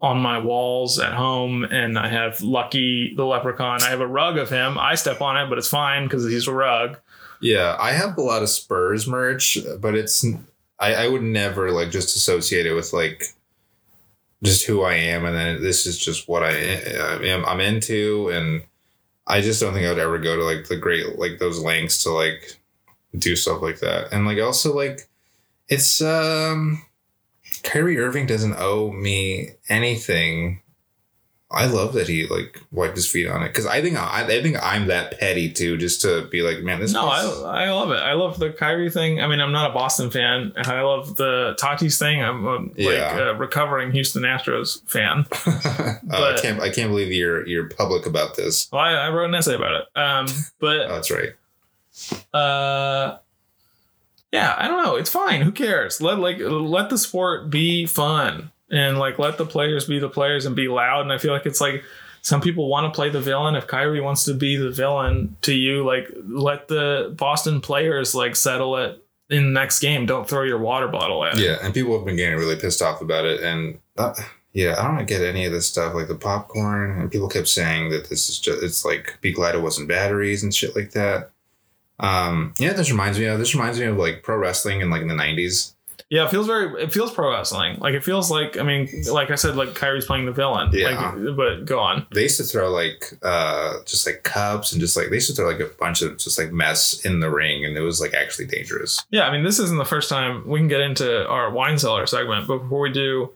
Speaker 1: on my walls at home and I have Lucky the leprechaun. I have a rug of him. I step on it, but it's fine because he's a rug.
Speaker 2: yeah I have a lot of Spurs merch but it's I, I would never like just associate it with like just who I am and then this is just what I am I'm into and I just don't think I would ever go to like the great like those lengths to like do stuff like that. And like also like it's um Kyrie Irving doesn't owe me anything. I love that he like wiped his feet on it because I think I, I think I'm that petty too, just to be like, man, this.
Speaker 1: no,
Speaker 2: place-
Speaker 1: I, I love it. I love the Kyrie thing. I mean, I'm not a Boston fan, and I love the Tatis thing. I'm a, like
Speaker 2: Yeah.
Speaker 1: a recovering Houston Astros fan.
Speaker 2: Uh, I
Speaker 1: but-
Speaker 2: can't I can't believe you're you're public about this.
Speaker 1: Well, I, I wrote an essay about it. Um,
Speaker 2: Oh,
Speaker 1: but
Speaker 2: that's right.
Speaker 1: uh, yeah, I don't know. It's fine. Who cares? Let like let the sport be fun and like let the players be the players and be loud. And I feel like it's like some people want to play the villain. If Kyrie wants to be the villain to you, like let the Boston players like settle it in the next game. Don't throw your water bottle at. it.
Speaker 2: Yeah, and people have been getting really pissed off about it. And uh, yeah, I don't get any of this stuff like the popcorn. And people kept saying that this is just, it's like, be glad it wasn't batteries and shit like that. Um, yeah, this reminds me of, this reminds me of like pro wrestling in like in the 90s.
Speaker 1: Yeah, it feels very. It feels pro wrestling. Like it feels like. I mean, like I said, like Kyrie's playing the villain.
Speaker 2: Yeah.
Speaker 1: Like, but go on.
Speaker 2: They used to throw like, uh, just like cups and just like, they used to throw like a bunch of just like mess in the ring and it was like actually dangerous.
Speaker 1: Yeah, I mean, this isn't the first time we can get into our wine cellar segment. But before we do,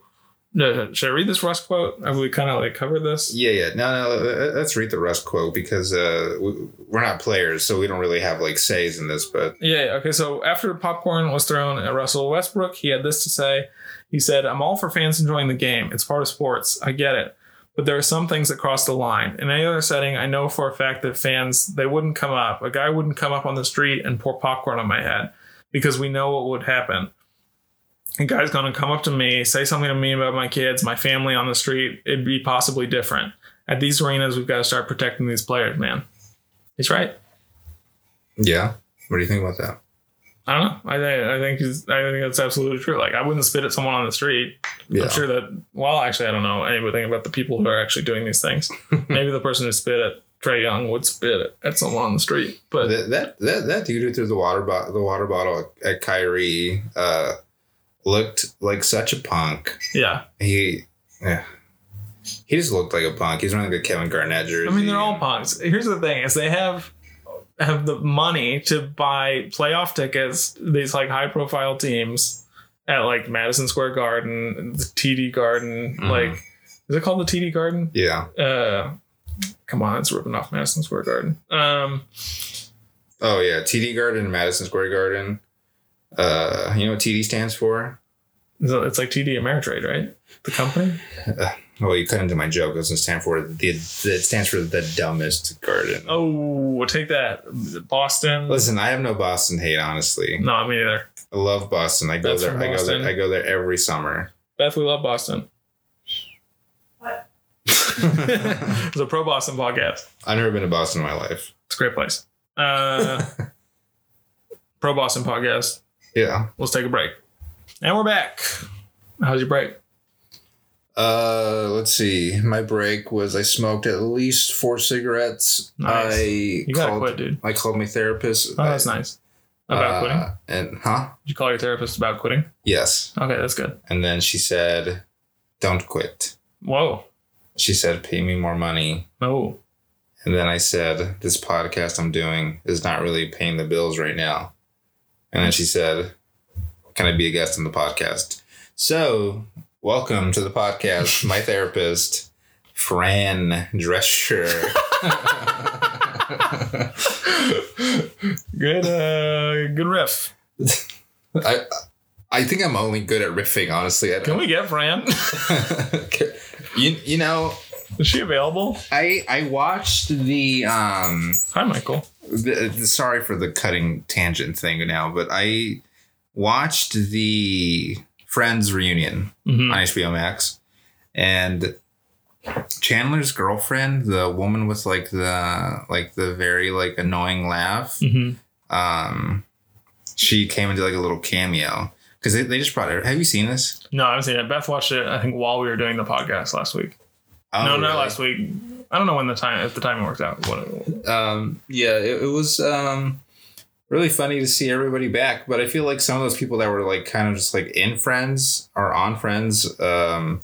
Speaker 1: no, no, should I read this Russ quote? Have we kind of like covered this?
Speaker 2: Yeah, yeah. No, no. let- Let's read the Russ quote because uh, we- we're not players, so we don't really have like says in this, but
Speaker 1: Yeah. Okay. So after popcorn was thrown at Russell Westbrook, he had this to say. He said, "I'm all for fans enjoying the game. It's part of sports. I get it." But there are some things that cross the line. In any other setting, I know for a fact that fans they wouldn't come up. A guy wouldn't come up on the street and pour popcorn on my head because we know what would happen. A guy's gonna come up to me, say something to me about my kids, my family on the street. It'd be possibly different. At these arenas, we've got to start protecting these players, man. He's right.
Speaker 2: yeah. What do you think about that?
Speaker 1: I don't know. I think I think he's- I think that's absolutely true. Like I wouldn't spit at someone on the street.
Speaker 2: Yeah.
Speaker 1: I'm sure that. Well, actually, I don't know anything about the people who are actually doing these things. Maybe the person who spit at Trey Young would spit at, at someone on the street. But
Speaker 2: that, that that that dude who threw the water bottle the water bottle at Kyrie uh, looked like such a punk.
Speaker 1: yeah,
Speaker 2: He yeah. He just looked like a punk. He's running like a Kevin Garnett jersey.
Speaker 1: I mean they're all punks. Here's the thing: is they have have the money to buy playoff tickets. These like high profile teams at like Madison Square Garden, the TD Garden.
Speaker 2: Mhm.
Speaker 1: Like, is it called the TD Garden?
Speaker 2: Yeah.
Speaker 1: uh come on it's ripping off madison square garden um
Speaker 2: Oh yeah. TD Garden, Madison Square Garden. Uh, you know what TD stands for?
Speaker 1: So it's like TD Ameritrade, right? The company.
Speaker 2: Well, you couldn't do my joke. It doesn't stand for the. It stands for the dumbest garden.
Speaker 1: Oh, take that, Boston.
Speaker 2: Listen, I have no Boston hate. Honestly,
Speaker 1: No, me either.
Speaker 2: I love Boston. I go
Speaker 1: That's
Speaker 2: there.
Speaker 1: from
Speaker 2: I go
Speaker 1: Boston.
Speaker 2: there. I go there
Speaker 1: (laughs)
Speaker 2: every summer. (laughs)
Speaker 1: Beth, we love Boston.
Speaker 3: What?
Speaker 1: it's a pro Boston podcast.
Speaker 2: I've never been to Boston in my life.
Speaker 1: It's a great place.
Speaker 2: (laughs)
Speaker 1: Uh, pro Boston podcast.
Speaker 2: Yeah.
Speaker 1: Let's take a break, and we're back. How's your break?
Speaker 2: Uh, let's see. My break was I smoked at least four cigarettes.
Speaker 1: Nice.
Speaker 2: I
Speaker 1: You gotta
Speaker 2: called.
Speaker 1: quit, dude.
Speaker 2: I called my therapist.
Speaker 1: Oh, that's nice. About
Speaker 2: Uh,
Speaker 1: quitting.
Speaker 2: And huh?
Speaker 1: Did you call your therapist about quitting?
Speaker 2: Yes.
Speaker 1: Okay, that's good.
Speaker 2: And then she said, "Don't quit."
Speaker 1: Whoa.
Speaker 2: She said, "Pay me more money."
Speaker 1: No.
Speaker 2: And then I said, This podcast I'm doing is not really paying the bills right now. And then she said, Can I be a guest on the podcast? So, welcome to the podcast,
Speaker 1: (laughs)
Speaker 2: my therapist, Fran Drescher.
Speaker 1: Good. Uh, good riff.
Speaker 2: I, I think I'm only good at riffing, honestly. I
Speaker 1: Can we get Fran?
Speaker 2: don't- (laughs) you, you know,
Speaker 1: Is she available?
Speaker 2: I, I watched the. Um,
Speaker 1: Hi, Michael.
Speaker 2: the, the- sorry for the cutting tangent thing now, but I watched the Friends reunion
Speaker 1: Mm-hmm.
Speaker 2: on HBO Max, and Chandler's girlfriend, the woman with like the like the very like annoying laugh,
Speaker 1: Mm-hmm.
Speaker 2: um, she came into like a little cameo because they, they just brought her. Have you seen this?
Speaker 1: No, I haven't seen it. Beth watched it. I think while we were doing the podcast last week.
Speaker 2: Oh,
Speaker 1: no, not
Speaker 2: really?
Speaker 1: last week. I don't know when the time if the timing worked out. What,
Speaker 2: um, yeah, it, it was um, really funny to see everybody back. But I feel like some of those people that were like kind of just like in Friends or on Friends, um,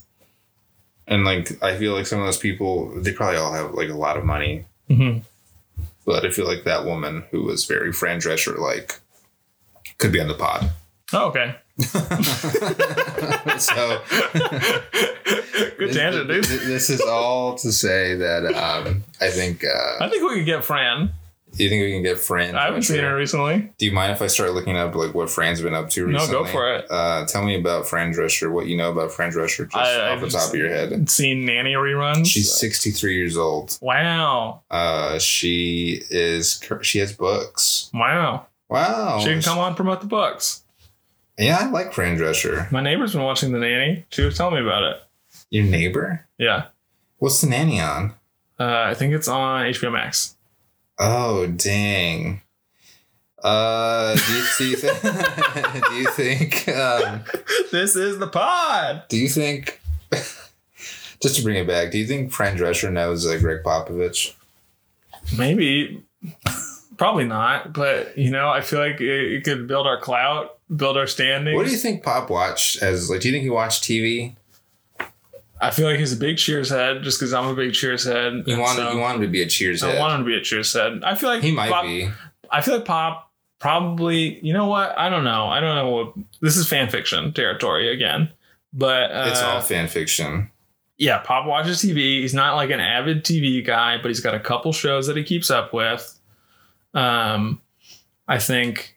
Speaker 2: and like I feel like some of those people they probably all have like a lot of money. Mm-hmm.
Speaker 1: Mhm.
Speaker 2: But I feel like that woman who was very Fran Drescher like could be on the pod. (laughs)
Speaker 1: Oh, okay.
Speaker 2: so
Speaker 1: Good tangent, dude.
Speaker 2: This, this is all to say that um, I think uh,
Speaker 1: I think we could get Fran.
Speaker 2: do you think we can get Fran?
Speaker 1: I haven't seen
Speaker 2: Drescher?
Speaker 1: her recently.
Speaker 2: Do you mind if I start looking up like what Fran's been up to
Speaker 1: No, go
Speaker 2: recently?
Speaker 1: for it.
Speaker 2: Uh, tell me about Fran Drescher. What you know about Fran Drescher, just
Speaker 1: I- Mm-hmm.
Speaker 2: off the
Speaker 1: I've
Speaker 2: top of your head.
Speaker 1: Seen nanny reruns.
Speaker 2: She's sixty three years old.
Speaker 1: wow,
Speaker 2: Uh, she is cur- she has books.
Speaker 1: wow.
Speaker 2: Wow.
Speaker 1: she can come on promote the books.
Speaker 2: Yeah, I like Fran Drescher.
Speaker 1: My neighbor's been watching the nanny. She was telling me about it.
Speaker 2: Your neighbor?
Speaker 1: Yeah,
Speaker 2: What's the nanny on?
Speaker 1: uh, I think it's on HBO Max.
Speaker 2: Oh dang. Uh, do you, do you, th- (laughs) do you think? Um,
Speaker 1: (laughs) this is the pod.
Speaker 2: do you think? (laughs) just to bring it back, do you think Fran Drescher knows uh, Greg Popovich?
Speaker 1: Maybe. Probably not, but you know, I feel like it, it could build our clout, build our standing.
Speaker 2: What do you think Pop watched as like? Do you think he watched TV?
Speaker 1: I feel like he's a big Cheers head, just because I'm a big Cheers head.
Speaker 2: You
Speaker 1: and
Speaker 2: wanted
Speaker 1: so
Speaker 2: you wanted to be a Cheers
Speaker 1: I
Speaker 2: head.
Speaker 1: want him to be a Cheers head. I feel like
Speaker 2: he might
Speaker 1: Pop-
Speaker 2: be.
Speaker 1: I feel like Pop probably. You know what? I don't know. I don't know what. This is fan fiction territory again. But uh,
Speaker 2: it's all fan fiction.
Speaker 1: yeah, Pop watches TV. He's not like an avid TV guy, but he's got a couple shows that he keeps up with. Um, I think,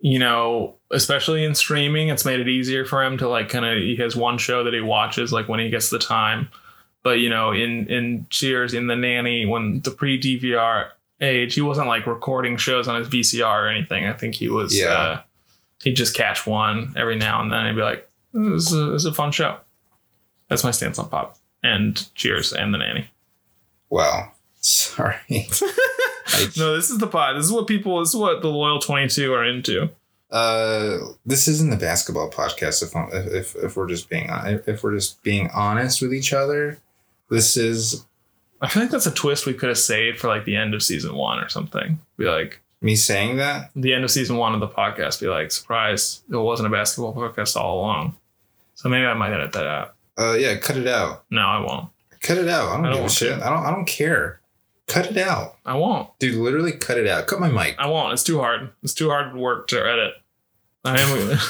Speaker 1: you know, especially in streaming, it's made it easier for him to like kind of he has one show that he watches like when he gets the time. But you know, in in Cheers, in the Nanny, when the pre DVR age, he wasn't like recording shows on his VCR or anything. I think he was.
Speaker 2: Yeah.
Speaker 1: Uh, he'd just catch one every now and then and be like, "This is a, this is a fun show." That's my stance on pop and Cheers and the Nanny.
Speaker 2: Wow. (laughs)
Speaker 1: (laughs)
Speaker 2: Sorry. I-
Speaker 1: No, this is the pod. This is what people. This is what the loyal twenty two are into.
Speaker 2: uh, this isn't a basketball podcast. If I'm, if if we're just being hon- if we're just being honest with each other, this is
Speaker 1: I feel like that's a twist we could have saved for like the end of season one or something. Be like
Speaker 2: me saying that.
Speaker 1: the end of season one of the podcast. Be like, surprise! It wasn't a basketball podcast all along. So maybe I might edit that out.
Speaker 2: Uh, yeah, cut it out.
Speaker 1: No, I won't.
Speaker 2: Cut it out. I don't,
Speaker 1: I don't
Speaker 2: give a
Speaker 1: want
Speaker 2: shit.
Speaker 1: to.
Speaker 2: I don't. I don't care. Cut it out,
Speaker 1: I won't.
Speaker 2: dude. Literally, cut it out. Cut my mic.
Speaker 1: I won't. It's too hard. It's too hard work to edit. I am. Gonna,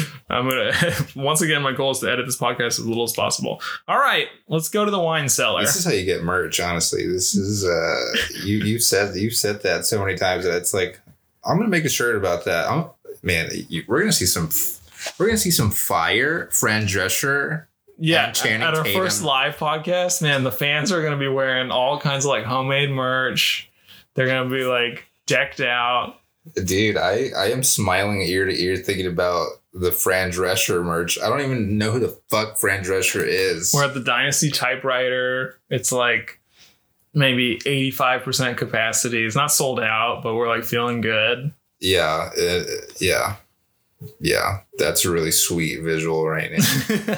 Speaker 1: (laughs) I'm gonna. (laughs) Once again, my goal is to edit this podcast as little as possible. All right, let's go to the wine cellar.
Speaker 2: This is how you get merch, honestly. This is uh you you said you said that so many times that it's like I'm gonna make a shirt about that. I'm, man, you, we're gonna see some f- We're gonna see some fire. Fran Drescher.
Speaker 1: Yeah,
Speaker 2: And Channing
Speaker 1: at our
Speaker 2: Tatum.
Speaker 1: first live podcast, man, the fans are gonna be wearing all kinds of like homemade merch. They're gonna be like decked out.
Speaker 2: Dude, I, I am smiling ear to ear thinking about the Fran Drescher merch. I don't even know who the fuck Fran Drescher is.
Speaker 1: We're at the Dynasty typewriter. It's like maybe eighty five percent capacity. It's not sold out, but we're like feeling
Speaker 2: (laughs)
Speaker 1: good.
Speaker 2: yeah, uh, yeah, yeah. That's a really sweet visual right now.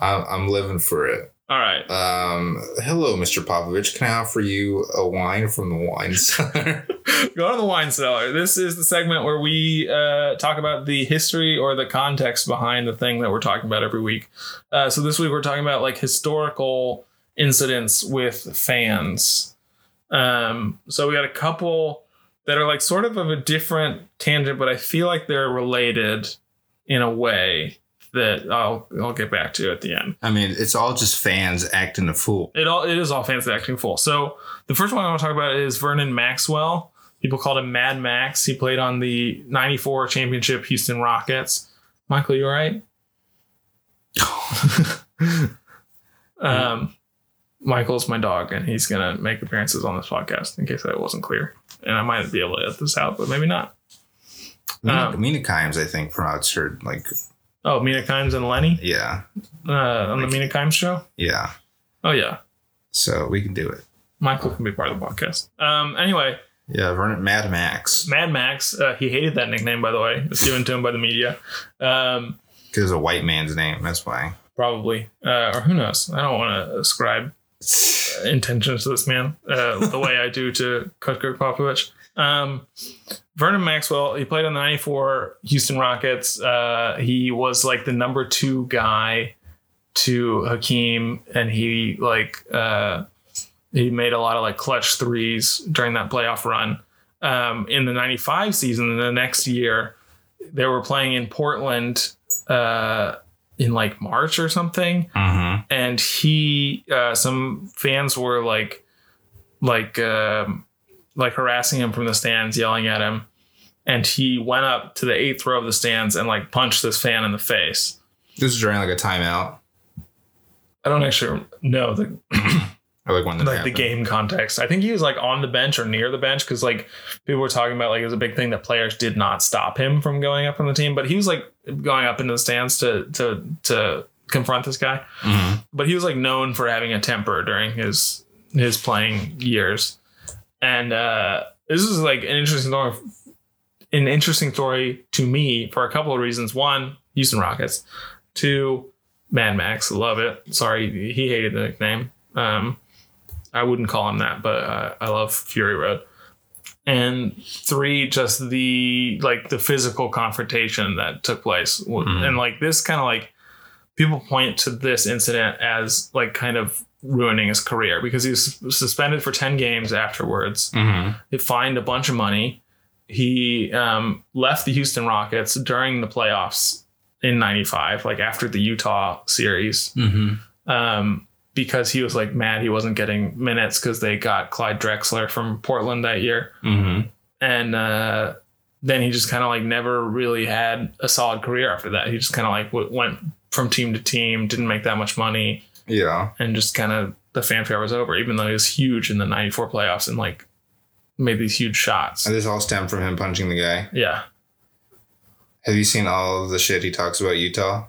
Speaker 2: I'm, I'm living for it.
Speaker 1: all right,
Speaker 2: Um, hello, Mr. Popovich. Can I offer you a wine from the wine cellar? (laughs)
Speaker 1: go to the wine cellar. This is the segment where we uh, talk about the history or the context behind the thing that we're talking about every week. Uh, so this week we're talking about like historical incidents with fans. Um, so we got a couple that are like sort of of a different tangent, but I feel like they're related in a way that I'll I'll get back to at the end.
Speaker 2: I mean, it's all just fans acting a fool.
Speaker 1: It all it is all fans acting full. So the first one I want to talk about is Vernon Maxwell. People called him Mad Max. He played on the '94 championship Houston Rockets. Michael, you all right? um, Michael's my dog, and he's gonna make appearances on this podcast in case that wasn't clear. And I might be able to edit this out, but maybe not.
Speaker 2: Mina,
Speaker 1: Oh.
Speaker 2: Mina Kimes, I think, pronounced her like,
Speaker 1: Oh, Mina Kimes and Lenny
Speaker 2: yeah,
Speaker 1: uh, on the Mina Kimes show.
Speaker 2: yeah.
Speaker 1: Oh yeah,
Speaker 2: So we can do it.
Speaker 1: Michael can be part of the podcast. Um, anyway,
Speaker 2: Yeah, Vernon Mad Max.
Speaker 1: Mad Max. Uh, he hated that nickname, by the way. It's given to him by the media, um,
Speaker 2: Because it's a white man's name. That's why.
Speaker 1: probably, uh, or who knows. I don't want to ascribe uh, intentions to this man uh, the way I do to Kutger Popovich. Um, Vernon Maxwell. He played on the '94 Houston Rockets. Uh, he was like the number two guy to Hakeem, and he like uh, he made a lot of like clutch threes during that playoff run. Um, in the '95 season, the next year, they were playing in Portland uh, in like March or something,
Speaker 2: Mm-hmm.
Speaker 1: and he uh, some fans were like like um, like harassing him from the stands yelling at him and he went up to the eighth row of the stands and like punched this fan in the face
Speaker 2: This is during like a timeout.
Speaker 1: i don't actually know the
Speaker 2: I like when that
Speaker 1: like the
Speaker 2: happened.
Speaker 1: game context i think he was like on the bench or near the bench because like people were talking about like it was a big thing that players did not stop him from going up on the team but he was like going up into the stands to to to confront this guy
Speaker 2: Mhm.
Speaker 1: but he was like known for having a temper during his his playing years and uh this is like an interesting story an interesting story to me for a couple of reasons one houston rockets two mad max love it sorry he hated the nickname um i wouldn't call him that but uh, i love fury road and three just the like the physical confrontation that took place
Speaker 2: Mhm.
Speaker 1: and like this kind of like people point to this incident as like kind of ruining his career because he was suspended for 10 games afterwards
Speaker 2: Mhm.
Speaker 1: he fined a bunch of money he um, left the houston rockets during the playoffs in 95 like after the utah series
Speaker 2: Mhm.
Speaker 1: um, because he was like mad he wasn't getting minutes because they got clyde drexler from portland that year
Speaker 2: Mhm.
Speaker 1: and uh, then he just kind of like never really had a solid career after that. He just kind of like w- went from team to team, didn't make that much money,
Speaker 2: Yeah.
Speaker 1: and just kind of the fanfare was over. Even though he was huge in the '94 playoffs and like made these huge shots.
Speaker 2: And this all stemmed from him punching the guy.
Speaker 1: Yeah,
Speaker 2: Have you seen all of the shit he talks about Utah?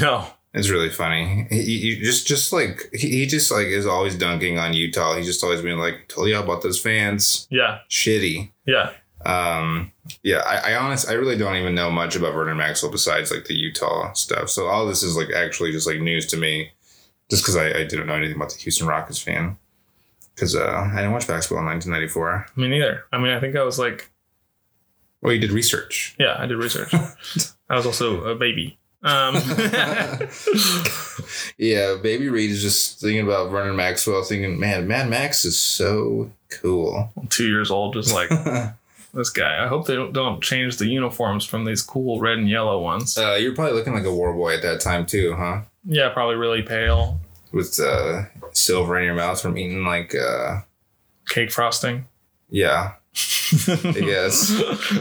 Speaker 1: no,
Speaker 2: It's really funny. He, he- he just just like he, he just like is always dunking on Utah. He's just always been like, "Tell y'all about those fans,
Speaker 1: yeah,
Speaker 2: shitty."
Speaker 1: yeah.
Speaker 2: Um, yeah, I, I honest, I really don't even know much about Vernon Maxwell besides like the Utah stuff. So all this is like actually just like news to me, just because I, I didn't know anything about the Houston Rockets fan, because uh, I didn't watch basketball in 1994.
Speaker 1: Me neither. I mean, I think I was like,
Speaker 2: Well, Oh, you did research.
Speaker 1: yeah, I did research. I was also a baby. Um, (laughs)
Speaker 2: yeah, Baby Reed is just thinking about Vernon Maxwell, thinking, man, Mad Max is so cool. (laughs)
Speaker 1: two years old, just like
Speaker 2: uh,
Speaker 1: this guy. I hope they don't, don't change the uniforms from these cool red and yellow ones.
Speaker 2: you're probably looking like a war boy at that time too, huh?
Speaker 1: yeah, probably really pale.
Speaker 2: With uh, silver in your mouth from eating like, uh,
Speaker 1: cake frosting.
Speaker 2: yeah, I guess.
Speaker 1: (laughs)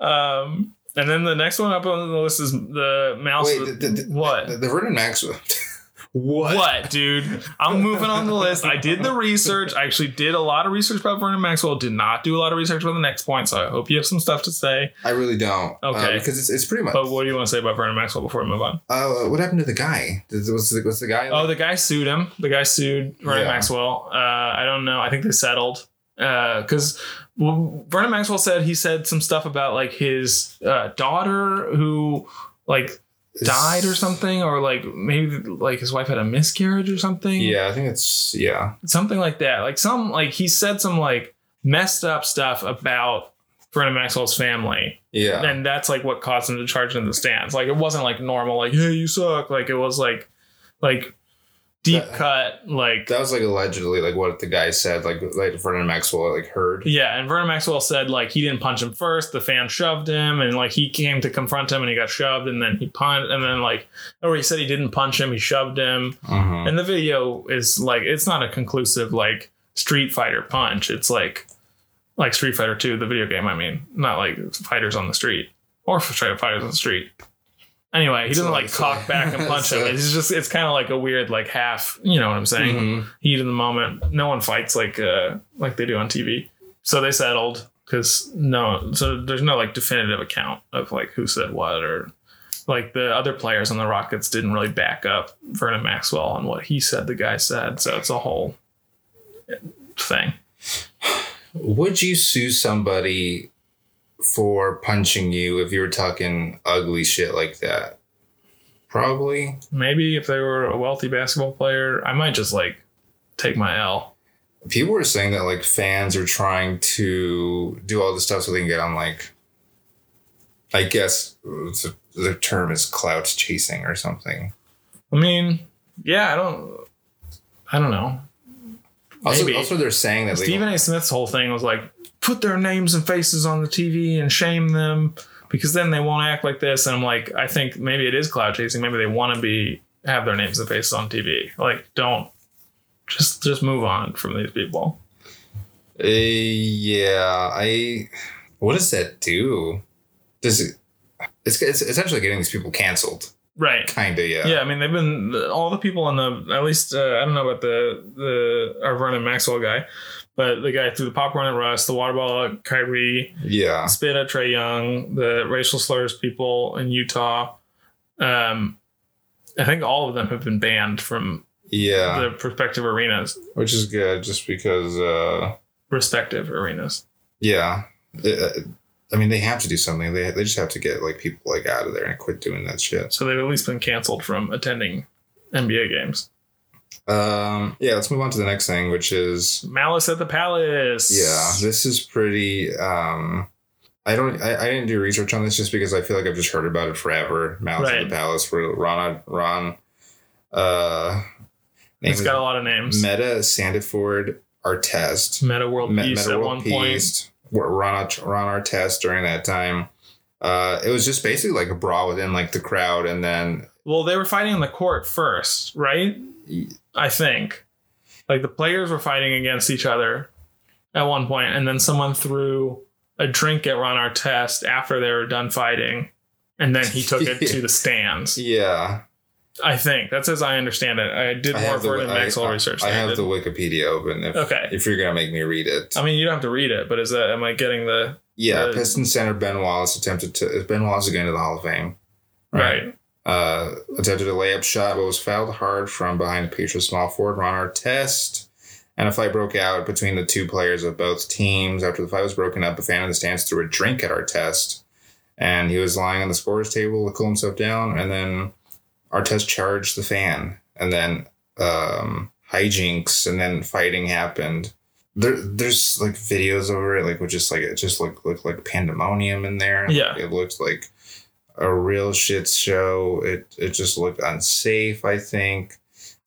Speaker 1: um, And then the next one up on the list is the mouse.
Speaker 2: Wait,
Speaker 1: with-
Speaker 2: the, the,
Speaker 1: what?
Speaker 2: The, the Vernon Maxwell. (laughs)
Speaker 1: what? dude? I'm moving on the list. I did the research. I actually did a lot of research about Vernon Maxwell. Did not do a lot of research about the next point, so I hope you have some stuff to say.
Speaker 2: I really don't. uh,
Speaker 1: Okay.
Speaker 2: because it's, it's pretty much.
Speaker 1: But what do you want to say about Vernon Maxwell before we move on?
Speaker 2: Uh, what happened to the guy? Did- Was the, was the guy?
Speaker 1: Oh, the guy sued him. The guy sued Vernon
Speaker 2: Yeah.
Speaker 1: Maxwell. Uh, I don't know. I think they settled because well, Vernon Maxwell said he said some stuff about like his uh, daughter who like died or something, or like maybe like his wife had a miscarriage or something.
Speaker 2: Yeah, I think it's yeah.
Speaker 1: something like that. Like some like he said some like messed up stuff about Vernon Maxwell's family
Speaker 2: Yeah.
Speaker 1: and that's like what caused him to charge into the stands. Like it wasn't like normal, like hey, you suck. Like it was like, like deep
Speaker 2: That-
Speaker 1: cut, like
Speaker 2: That was like allegedly like what the guy said, like like Vernon Maxwell like heard.
Speaker 1: yeah. And Vernon Maxwell said like he didn't punch him first. The fan shoved him, and like he came to confront him, and he got shoved, and then he punched, and then like or he said he didn't punch him, he shoved him.
Speaker 2: Mhm.
Speaker 1: And the video is like it's not a conclusive like Street Fighter punch. It's like like Street Fighter Two, the video game. I mean, not like fighters on the street or straight fighters on the street. Anyway, he
Speaker 2: So
Speaker 1: doesn't like
Speaker 2: it's
Speaker 1: cock
Speaker 2: like-
Speaker 1: back and punch him.
Speaker 2: so-
Speaker 1: It's just it's kind of like a weird like half. You know what I'm saying?
Speaker 2: Mhm.
Speaker 1: Heat in the moment. No one fights like uh like they do on TV. So they settled because no, so there's no like definitive account of like who said what or like the other players on the Rockets didn't really back up Vernon Maxwell on what he said the guy said. So it's a whole thing.
Speaker 2: Would you sue somebody for punching you if you were talking ugly shit like that? Probably.
Speaker 1: Maybe if they were a wealthy basketball player, I might just like take my L.
Speaker 2: People were saying that like fans are trying to do all this stuff so they can get on like. I guess the, the term is clout chasing or something.
Speaker 1: I mean, yeah, I don't, I don't know.
Speaker 2: Also,
Speaker 1: Maybe.
Speaker 2: also they're saying that like,
Speaker 1: Stephen A. Smith's whole thing was like, put their names and faces on the TV and shame them because then they won't act like this. And I'm like, I think maybe it is cloud chasing. Maybe they want to be have their names and faces on TV. Like, don't just just move on from these people.
Speaker 2: Uh, yeah, I. What does that do? Does it? It's, it's essentially getting these people canceled,
Speaker 1: Right.
Speaker 2: kinda. Yeah.
Speaker 1: Yeah, I mean they've been all the people on the at least uh, I don't know about the the our Vernon Maxwell guy, but the guy threw the popcorn at Russ, the water ball at Kyrie,
Speaker 2: Yeah.
Speaker 1: spit at Trey Young, the racial slurs people in Utah. Um, I think all of them have been banned from
Speaker 2: Yeah.
Speaker 1: the prospective arenas,
Speaker 2: Which is good, just because. uh
Speaker 1: respective arenas.
Speaker 2: Yeah. Uh, I mean, they have to do something. They they just have to get like people like out of there and quit doing that shit.
Speaker 1: So they've at least been canceled from attending NBA games.
Speaker 2: Um. Yeah. Let's move on to the next thing, which is
Speaker 1: Malice at the Palace.
Speaker 2: Yeah, this is pretty. Um, I don't. I, I didn't do research on this just because I feel like I've just heard about it forever. Malice at
Speaker 1: Right.
Speaker 2: the Palace, where Ron Ron, uh, name
Speaker 1: It's
Speaker 2: is
Speaker 1: got a lot of names.
Speaker 2: Meta Sandiford Artest.
Speaker 1: Meta World
Speaker 2: Me-
Speaker 1: Peace
Speaker 2: Meta
Speaker 1: at
Speaker 2: World
Speaker 1: one point.
Speaker 2: Peace, where Ron Ron Artest during that time. Uh, it was just basically like a brawl within like the crowd, and then
Speaker 1: Well, they were fighting on the court first, right?
Speaker 2: Y-
Speaker 1: I think. Like the players were fighting against each other at one point, and then someone threw a drink at Ron Artest after they were done fighting, and then he took it to
Speaker 2: (laughs)
Speaker 1: the stands.
Speaker 2: yeah,
Speaker 1: I think that's as I understand it. I did
Speaker 2: I
Speaker 1: more
Speaker 2: have the
Speaker 1: Vernon
Speaker 2: I-
Speaker 1: Maxwell
Speaker 2: I-
Speaker 1: research.
Speaker 2: I
Speaker 1: than
Speaker 2: have
Speaker 1: did.
Speaker 2: the Wikipedia open. If,
Speaker 1: okay.
Speaker 2: if you're gonna make me read it,
Speaker 1: I mean, you don't have to read it, but is that am I getting the
Speaker 2: Yeah,
Speaker 1: Uh,
Speaker 2: Pistons center Ben Wallace attempted to Ben Wallace is going to the Hall of Fame.
Speaker 1: right?
Speaker 2: Uh, attempted a layup shot, but was fouled hard from behind Patriot small forward Ron Artest, and a fight broke out between the two players of both teams. After the fight was broken up, a fan in the stands threw a drink at Artest, and he was lying on the scorer's table to cool himself down. And then Artest charged the fan, and then um, hijinks, and then fighting happened. There, there's like videos over it, like with just like it just looked looked like pandemonium in there.
Speaker 1: Yeah.
Speaker 2: it looked like a real shit show. It it just looked unsafe. I think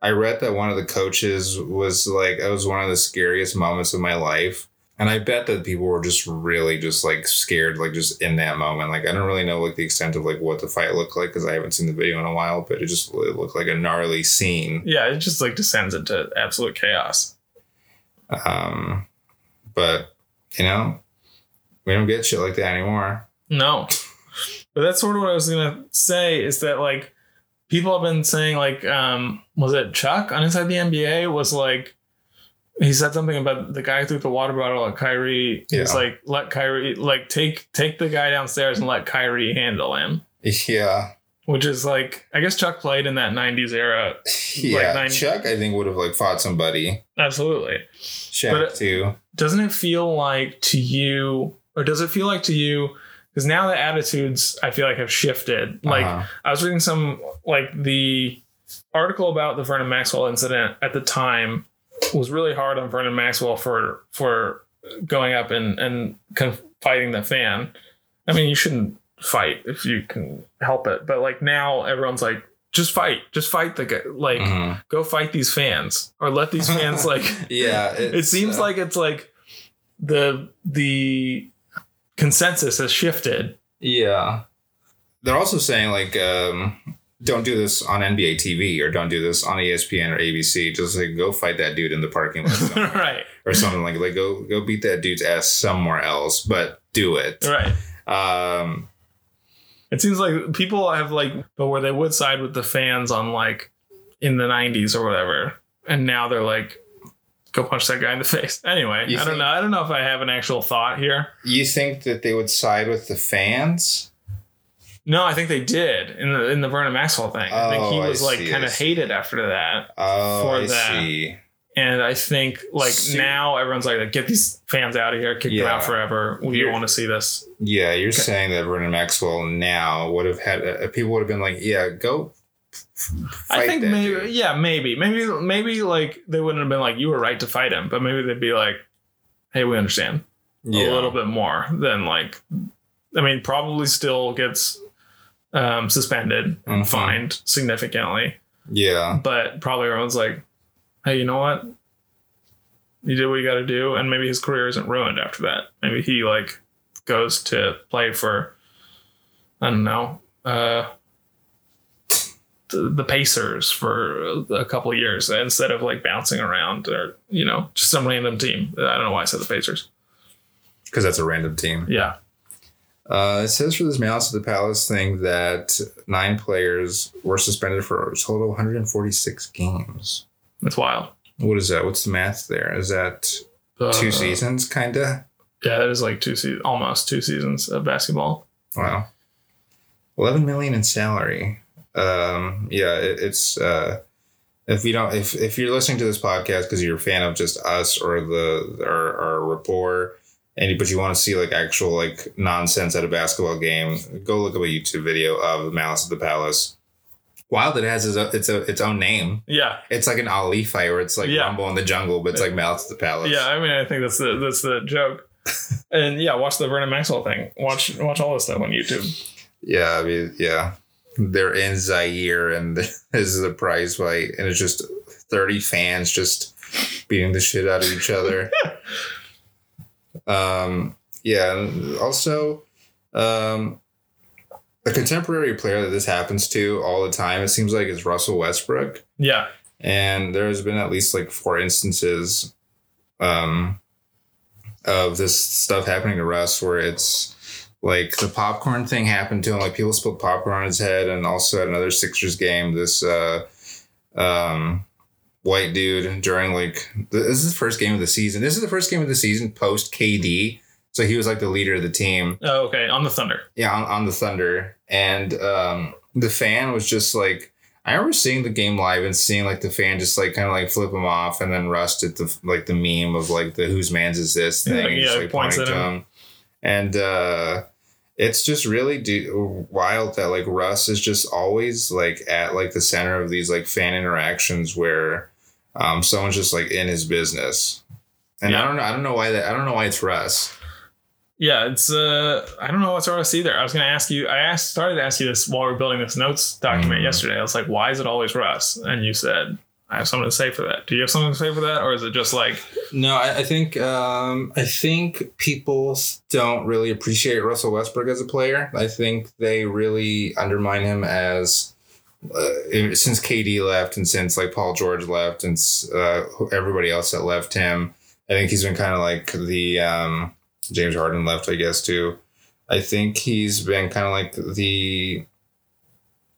Speaker 2: I read that one of the coaches was like, "It was one of the scariest moments of my life." And I bet that people were just really just like scared, like just in that moment. Like I don't really know like the extent of like what the fight looked like because I haven't seen the video in a while, but it just it looked like a gnarly scene.
Speaker 1: Yeah, it just like descends into absolute chaos.
Speaker 2: Um, but you know, we don't get shit like that anymore. (laughs)
Speaker 1: No. But that's sort of what I was gonna say is that like people have been saying like um was it Chuck on Inside the NBA was like he said something about the guy who threw the water bottle at Kyrie. He's
Speaker 2: Yeah.
Speaker 1: like let Kyrie like take take the guy downstairs and let Kyrie handle him.
Speaker 2: Yeah.
Speaker 1: Which is like I guess Chuck played in that nineties era.
Speaker 2: Yeah.
Speaker 1: nine-
Speaker 2: Chuck, I think, would have like fought somebody.
Speaker 1: Absolutely.
Speaker 2: Shaq
Speaker 1: But, uh,
Speaker 2: too.
Speaker 1: doesn't it feel like to you or does it feel like to you because now the attitudes i feel like have shifted like
Speaker 2: Uh-huh.
Speaker 1: i was reading some like the article about the vernon maxwell incident at the time was really hard on vernon maxwell for for going up and and conf- fighting the fan i mean you shouldn't fight if you can help it but like now everyone's like just fight just fight the guy like
Speaker 2: Mhm.
Speaker 1: go fight these fans or let these
Speaker 2: (laughs)
Speaker 1: fans like
Speaker 2: yeah.
Speaker 1: (laughs) it seems
Speaker 2: uh,
Speaker 1: like it's like the the consensus has shifted. (laughs)
Speaker 2: Yeah. They're also saying like um don't do this on NBA TV or don't do this on E ESPN or ABC. Just like go fight that dude in the parking lot somewhere
Speaker 1: right,
Speaker 2: or something like like go go beat that dude's ass somewhere else, but do it.
Speaker 1: right.
Speaker 2: Um
Speaker 1: It seems like people have like, but where they would side with the fans on like in the '90s or whatever, and now they're like, go punch that guy in the (laughs) face. Anyway,
Speaker 2: You
Speaker 1: I don't
Speaker 2: think-
Speaker 1: know. I don't know if I have an actual thought here.
Speaker 2: you think that they would side with the fans?
Speaker 1: No, I think they did in the in the Vernon Maxwell thing. I think he
Speaker 2: Oh, I
Speaker 1: was like
Speaker 2: see,
Speaker 1: kind
Speaker 2: I
Speaker 1: of
Speaker 2: see.
Speaker 1: hated after that.
Speaker 2: Oh,
Speaker 1: For
Speaker 2: I
Speaker 1: that.
Speaker 2: see.
Speaker 1: And I think like
Speaker 2: See-
Speaker 1: now everyone's like, get these fans out of here, kick them
Speaker 2: Yeah.
Speaker 1: out forever. We
Speaker 2: You're-
Speaker 1: don't want to see this.
Speaker 2: Yeah, you're saying that Vernon Maxwell now would have had uh, people would have been like, yeah, go. f- f-
Speaker 1: I
Speaker 2: fight
Speaker 1: think
Speaker 2: that
Speaker 1: maybe,
Speaker 2: dude.
Speaker 1: yeah, maybe, maybe, maybe like they wouldn't have been like you were right to fight him, but maybe they'd be like, "Hey, we understand
Speaker 2: Yeah.
Speaker 1: a little bit more than like." I mean, probably still gets um, suspended and
Speaker 2: Mhm.
Speaker 1: fined significantly,
Speaker 2: Yeah.
Speaker 1: but probably everyone's like, "Hey, you know what? You did what you got to do," and maybe his career isn't ruined after that. Maybe he like goes to play for, I don't know. Uh, the the Pacers for a couple of years instead of like bouncing around or you know just some random team. I don't know why I said the Pacers.
Speaker 2: Because that's a random team.
Speaker 1: Yeah,
Speaker 2: Uh, it says for this Mouse of the Palace thing that nine players were suspended for a total of 146 games.
Speaker 1: that's wild.
Speaker 2: What is that? What's the math there? Is that
Speaker 1: Uh,
Speaker 2: two seasons, kind of?
Speaker 1: Yeah, that is like two seasons, almost two seasons of basketball.
Speaker 2: Wow. 11 million in salary. Um, yeah, it, it's uh, if you don't if, if you're listening to this podcast because you're a fan of just us or the or our rapport and but you want to see like actual like nonsense at a basketball game, go look up a YouTube video of Malice at the Palace. Wild, it has its, uh, its, its own name.
Speaker 1: Yeah,
Speaker 2: It's like an Ali fight where it's like
Speaker 1: Yeah.
Speaker 2: Rumble in the Jungle, but it's like Malice at the Palace.
Speaker 1: yeah. I mean, I think that's the that's the
Speaker 2: (laughs)
Speaker 1: joke. and yeah, watch the Vernon Maxwell thing. Watch watch all this stuff on YouTube.
Speaker 2: Yeah, I mean, yeah. They're in Zaire, and (laughs) this is a prize fight, and it's just thirty fans just beating the shit out of each other. um, yeah, and also, um, a contemporary player that this happens to all the time. It seems like is Russell Westbrook,
Speaker 1: Yeah,
Speaker 2: and there has been at least like four instances, um, of this stuff happening to Russ where it's like the popcorn thing happened to him. Like people spilled popcorn on his head, and also at another Sixers game, this uh, um, white dude during like th- this is the first game of the season. This is the first game of the season post KD, so he was like the leader of the team.
Speaker 1: oh, okay, on the Thunder.
Speaker 2: Yeah, on, on the Thunder, and um, the fan was just like. I remember seeing the game live and seeing like the fan just like kind of like flip him off, and then Russ did the like the meme of like the whose man's is this thing,
Speaker 1: Yeah,
Speaker 2: and
Speaker 1: yeah,
Speaker 2: just, like,
Speaker 1: points
Speaker 2: pointing
Speaker 1: at
Speaker 2: to
Speaker 1: him.
Speaker 2: him. and uh, it's just really do- wild that like Russ is just always like at like the center of these like fan interactions where um, someone's just like in his business, and I
Speaker 1: Yeah.
Speaker 2: don't know, I don't know why that, I don't know why it's Russ.
Speaker 1: Yeah, it's uh I don't know what's RS either. I was gonna ask you I asked started to ask you this while we are building this notes document
Speaker 2: Mhm.
Speaker 1: yesterday. I was like, why is it always Russ? And you said, I have something to say for that. Do you have something to say for that? Or is it just like
Speaker 2: No, I, I think um, I think people s- don't really appreciate Russell Westbrook as a player. I think they really undermine him as uh, since KD left and since like Paul George left and s- uh, who- everybody else that left him. I think he's been kind of like the um, James Harden left, I guess, too. I think he's been kind of like the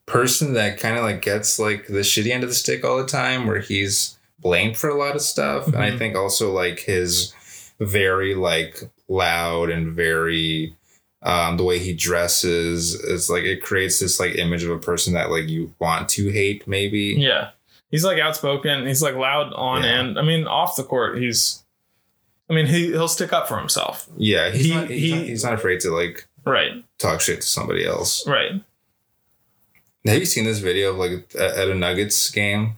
Speaker 2: person that kind of like gets like the shitty end of the stick all the time, where he's blamed for a lot of stuff. And I
Speaker 1: Mhm.
Speaker 2: think also like his very like loud and very um the way he dresses is like it creates this like image of a person that like you want to hate maybe
Speaker 1: Yeah. He's like outspoken. He's like loud on
Speaker 2: Yeah.
Speaker 1: and I mean off the court. He's, I mean he he'll stick up for himself.
Speaker 2: yeah he's,
Speaker 1: He-
Speaker 2: not, he's,
Speaker 1: he-
Speaker 2: not, he's not afraid to like
Speaker 1: Right.
Speaker 2: talk shit to somebody else
Speaker 1: Right.
Speaker 2: Have you seen this video of like a- at a Nuggets game?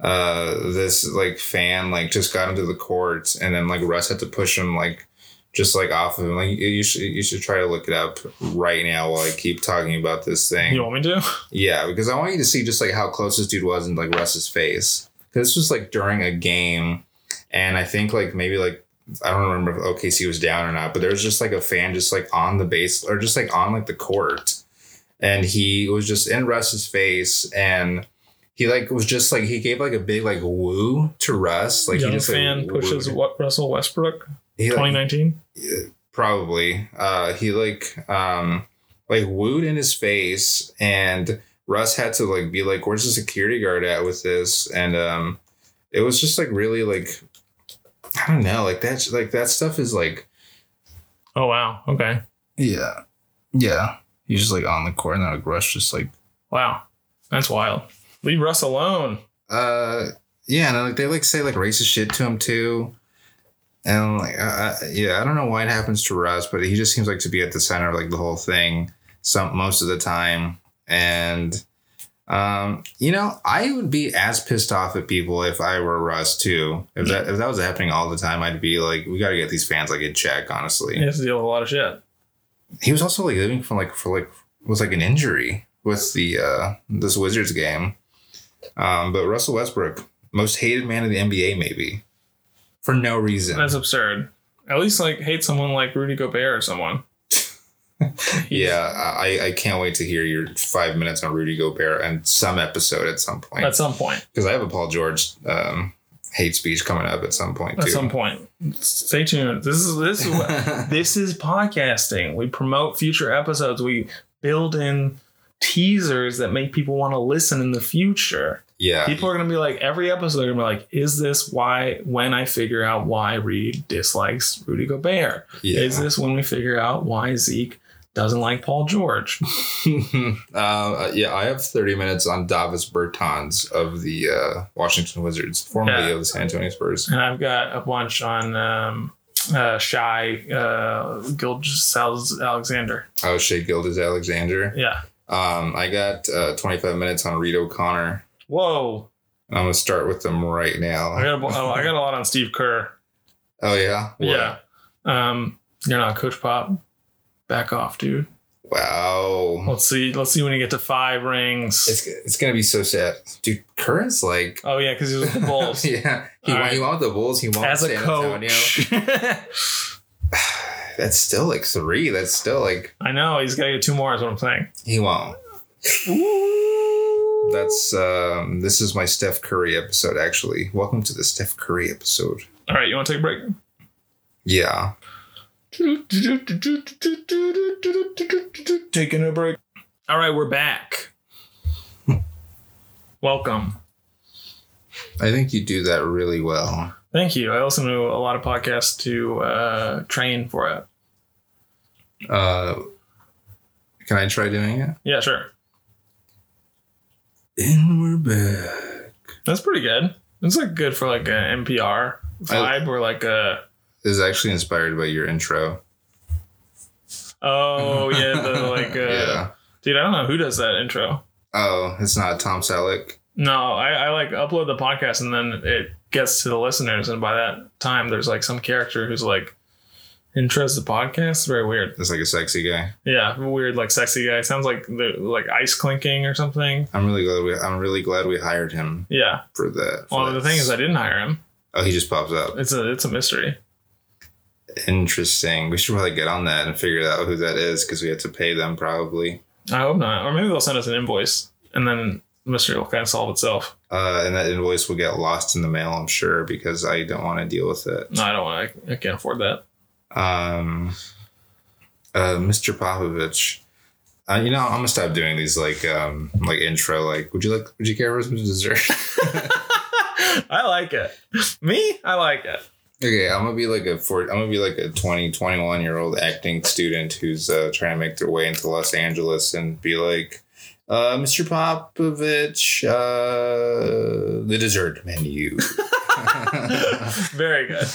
Speaker 2: Uh, this like fan like just got into the court, and then like Russ had to push him like just like off of him. Like you you should you should try to look it up right now while I keep talking about this thing.
Speaker 1: You want me to?
Speaker 2: Yeah, because I want you to see just like how close this dude was in like Russ's face. Because this was like during a game, and I think like maybe like I don't remember if OKC was down or not, but there was just like a fan just like on the base or just like on like the court, and he was just in Russ's face, and he like was just like he gave like a big like woo to Russ, like
Speaker 1: Young
Speaker 2: he just
Speaker 1: fan
Speaker 2: like,
Speaker 1: pushes
Speaker 2: wooed.
Speaker 1: what Russell Westbrook,
Speaker 2: He, like,
Speaker 1: twenty nineteen.
Speaker 2: probably uh he like um like wooed in his face and russ had to like be like where's the security guard at with this and um it was just like really like i don't know like that's like that stuff is like
Speaker 1: Oh wow. Okay.
Speaker 2: yeah yeah he's just like on the court and like rush just like
Speaker 1: Wow. That's wild. Leave Russ alone.
Speaker 2: uh yeah and like they like say like racist shit to him too and like uh, yeah i don't know why it happens to russ but he just seems like to be at the center of like the whole thing some most of the time and um you know i would be as pissed off at people if i were russ too if that if that was happening all the time i'd be like we got to get these fans like in check honestly
Speaker 1: He has to deal with a lot of shit.
Speaker 2: he was also like living from like for like was like an injury with the uh this Wizards game. Um, but Russell Westbrook, most hated man in the NBA, maybe for no reason.
Speaker 1: That's absurd. At least like hate someone like Rudy Gobert or someone.
Speaker 2: (laughs) yeah, I, I can't wait to hear your five minutes on Rudy Gobert and some episode at some point
Speaker 1: At some point.
Speaker 2: because I have a Paul George um, hate speech coming up at some point
Speaker 1: At
Speaker 2: too. (laughs)
Speaker 1: some point. Stay tuned. This is this is what this is podcasting. We promote future episodes. We build in teasers that make people want to listen in the future.
Speaker 2: yeah,
Speaker 1: People are going to be like, every episode, they're going to be like, is this why, when I figure out why Reed dislikes Rudy Gobert?
Speaker 2: yeah.
Speaker 1: Is this when we figure out why Zeke doesn't like Paul George?
Speaker 2: (laughs) uh, yeah, I have 30 minutes on Davis Bertans of the uh, Washington Wizards, formerly
Speaker 1: Yeah.
Speaker 2: of the San Antonio Spurs.
Speaker 1: And I've got a bunch on um, uh, Shy uh, Gilgis Alexander.
Speaker 2: Oh, Shea Gildas Alexander.
Speaker 1: Yeah.
Speaker 2: Um, I got uh, 25 minutes on Reed O'Connor.
Speaker 1: Whoa.
Speaker 2: And I'm going to start with them right now.
Speaker 1: I got, a, oh, I got a lot on Steve Kerr.
Speaker 2: Oh, yeah? What?
Speaker 1: Yeah. Um, you're not Coach Pop. Back off, dude.
Speaker 2: Wow.
Speaker 1: Let's see. Let's see when you get to five rings.
Speaker 2: It's, it's going to be so sad. Dude, Curran's like.
Speaker 1: oh yeah, because he was with the (laughs) Bulls
Speaker 2: yeah. (laughs) He,
Speaker 1: All
Speaker 2: won,
Speaker 1: right.
Speaker 2: he won with the Bulls. He won
Speaker 1: as
Speaker 2: with
Speaker 1: a
Speaker 2: San
Speaker 1: coach. (laughs)
Speaker 2: That's still like three. That's still like.
Speaker 1: I know he's got to get two more. Is what I'm saying.
Speaker 2: He won't.
Speaker 1: Ooh.
Speaker 2: That's um this is my Steph Curry episode actually. Welcome to the Steph Curry episode.
Speaker 1: All right, you want to take a break?
Speaker 2: Yeah.
Speaker 1: Taking a break. All right, we're back. Welcome.
Speaker 2: I think you do that really well.
Speaker 1: Thank you. I listen to a lot of podcasts to uh, train for it.
Speaker 2: Uh can I try doing it?
Speaker 1: Yeah, sure.
Speaker 2: And we're back.
Speaker 1: That's pretty good. It's like good for like an NPR vibe or like a
Speaker 2: This is actually inspired by your intro.
Speaker 1: oh yeah,
Speaker 2: (laughs)
Speaker 1: the like uh,
Speaker 2: yeah.
Speaker 1: dude. I don't know who does that intro.
Speaker 2: Oh, it's not Tom Selleck.
Speaker 1: No, I, I like upload the podcast and then it gets to the listeners, and by that time, there's like some character who's like intros the podcast. It's very weird.
Speaker 2: It's like a sexy guy.
Speaker 1: Yeah, weird like sexy guy. Sounds like the like ice clinking or something.
Speaker 2: I'm really glad we I'm really glad we hired him
Speaker 1: Yeah.
Speaker 2: for that. for
Speaker 1: Well, the
Speaker 2: that.
Speaker 1: thing is, I didn't hire him.
Speaker 2: Oh, he just pops up.
Speaker 1: It's a it's a mystery.
Speaker 2: Interesting. We should probably get on that and figure out who that is because we had to pay them probably.
Speaker 1: I hope not. Or maybe they'll send us an invoice, and then the mystery will kind of solve itself.
Speaker 2: Uh, and that invoice will get lost in the mail, I'm sure, because I don't want to deal with it. (laughs)
Speaker 1: No, I don't want. I, I can't afford that.
Speaker 2: Um, uh, Mr. Popovich. Uh, you know, I'm gonna stop doing these like um like intro like would you like would you care for some dessert? (laughs)
Speaker 1: I like it. Me, I like it.
Speaker 2: okay, I'm gonna be like a four, I'm gonna be like a 20, 21 year old acting student who's uh, trying to make their way into Los Angeles and be like, uh, Mr. Popovich, uh, the dessert menu. (laughs)
Speaker 1: Very good.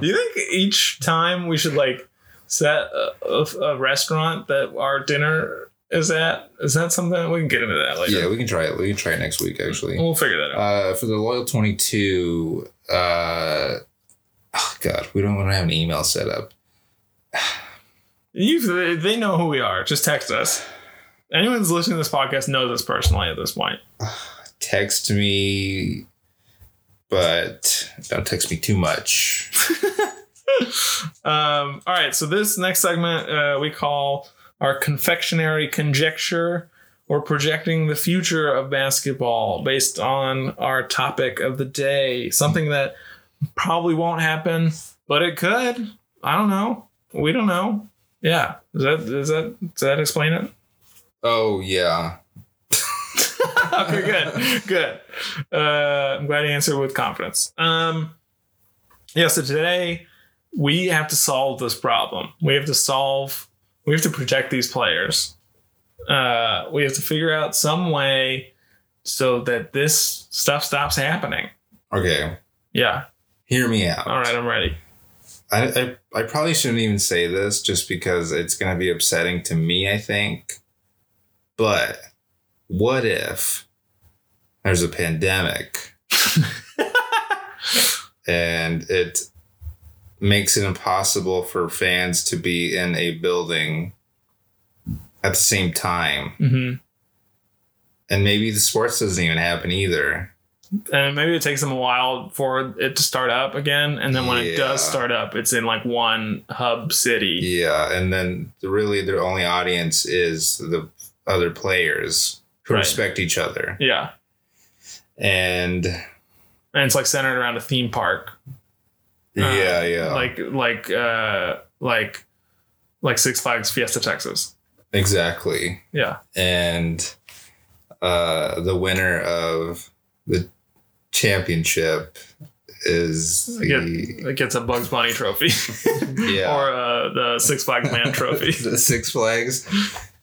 Speaker 1: Do you think each time we should like set a, a- a restaurant that our dinner is at? Is that something we can get into that later?
Speaker 2: yeah, we can try it. We can try it next week actually.
Speaker 1: We'll figure that out.
Speaker 2: Uh, for the loyal 22 uh oh god we don't want to have an email set up
Speaker 1: You, they know who we are. Just text us. Anyone who's listening to this podcast knows us personally at this point.
Speaker 2: text me but don't text me too much
Speaker 1: Um, all right, so this next segment uh, we call our confectionery conjecture or projecting the future of basketball based on our topic of the day. Something that probably won't happen, but it could. I don't know. We don't know. Yeah. Is that is that does that explain it?
Speaker 2: oh yeah
Speaker 1: okay, good, good. Uh, I'm glad you answered with confidence. Um, yeah, so today we have to solve this problem. We have to solve. We have to protect these players. Uh, we have to figure out some way so that this stuff stops happening.
Speaker 2: okay
Speaker 1: Yeah.
Speaker 2: hear me out
Speaker 1: All right, I'm ready.
Speaker 2: I, I, I probably shouldn't even say this just because it's going to be upsetting to me, I think. But what if there's a pandemic and it makes it impossible for fans to be in a building at the same time?
Speaker 1: hmm
Speaker 2: And maybe the sports doesn't even happen either.
Speaker 1: And maybe it takes them a while for it to start up again, and then when it does
Speaker 2: Yeah.
Speaker 1: start up, it's in like one hub city.
Speaker 2: Yeah, and then the- really their only audience is the other players who
Speaker 1: Right.
Speaker 2: respect each other.
Speaker 1: yeah.
Speaker 2: And
Speaker 1: Uh, And it's like centered around a theme park.
Speaker 2: yeah, yeah,
Speaker 1: like like uh like like Six Flags Fiesta Texas.
Speaker 2: exactly.
Speaker 1: Yeah.
Speaker 2: And uh, the winner of the championship is the
Speaker 1: It gets a Bugs Bunny trophy
Speaker 2: yeah
Speaker 1: (laughs) or uh, the Six Flags Man trophy. (laughs)
Speaker 2: (laughs) the Six Flags.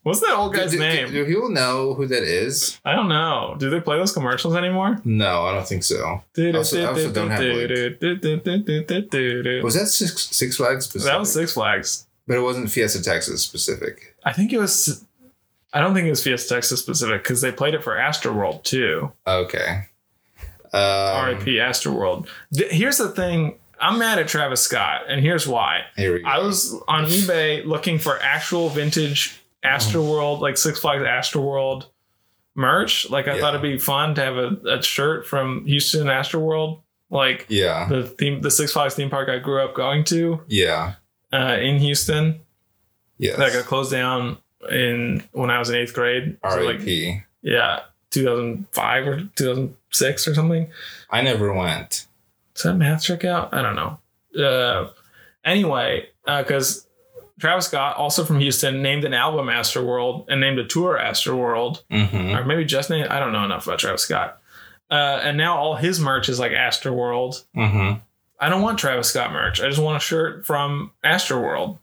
Speaker 1: What's that old guy's
Speaker 2: do, do-
Speaker 1: name?
Speaker 2: Do, people know who that is?
Speaker 1: I don't know. Do they play those commercials anymore?
Speaker 2: No, I don't think so. also- I also don't have
Speaker 1: That
Speaker 2: Was that Six Six Flags specific?
Speaker 1: was Six Flags.
Speaker 2: but it wasn't Fiesta Texas specific.
Speaker 1: I think it was. I don't think it was Fiesta Texas specific because they played it for Astroworld too.
Speaker 2: Okay. Um,
Speaker 1: R.I.P. Astroworld. Th- here's the thing. I'm mad at Travis Scott, and here's why.
Speaker 2: Here we go.
Speaker 1: I was on eBay looking for actual vintage Astroworld, like Six Flags Astroworld merch. Like I
Speaker 2: Yeah.
Speaker 1: thought it'd be fun to have a, a shirt from Houston Astroworld, like
Speaker 2: yeah,
Speaker 1: the theme, the Six Flags theme park I grew up going to
Speaker 2: yeah,
Speaker 1: uh, in Houston
Speaker 2: yes.
Speaker 1: that got closed down in when I was in eighth grade. So, like,
Speaker 2: R.I.P.
Speaker 1: yeah, 2005 or 2006 or something.
Speaker 2: I never went.
Speaker 1: Is that math trick out? I don't know. Uh, anyway, because Travis Scott, also from Houston, named an album Astroworld and named a tour Astroworld,
Speaker 2: Mm-hmm.
Speaker 1: or maybe just named. I don't know enough about Travis Scott. Uh, and now all his merch is like Astroworld.
Speaker 2: Mm-hmm.
Speaker 1: I don't want Travis Scott merch. I just want a shirt from Astroworld.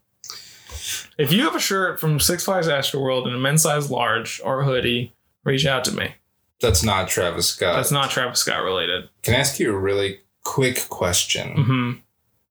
Speaker 1: If you have a shirt from Six Flags Astroworld in a men's size large or hoodie, reach out to me.
Speaker 2: That's not Travis Scott.
Speaker 1: That's not Travis Scott related.
Speaker 2: Can I ask you a really quick question?
Speaker 1: hmm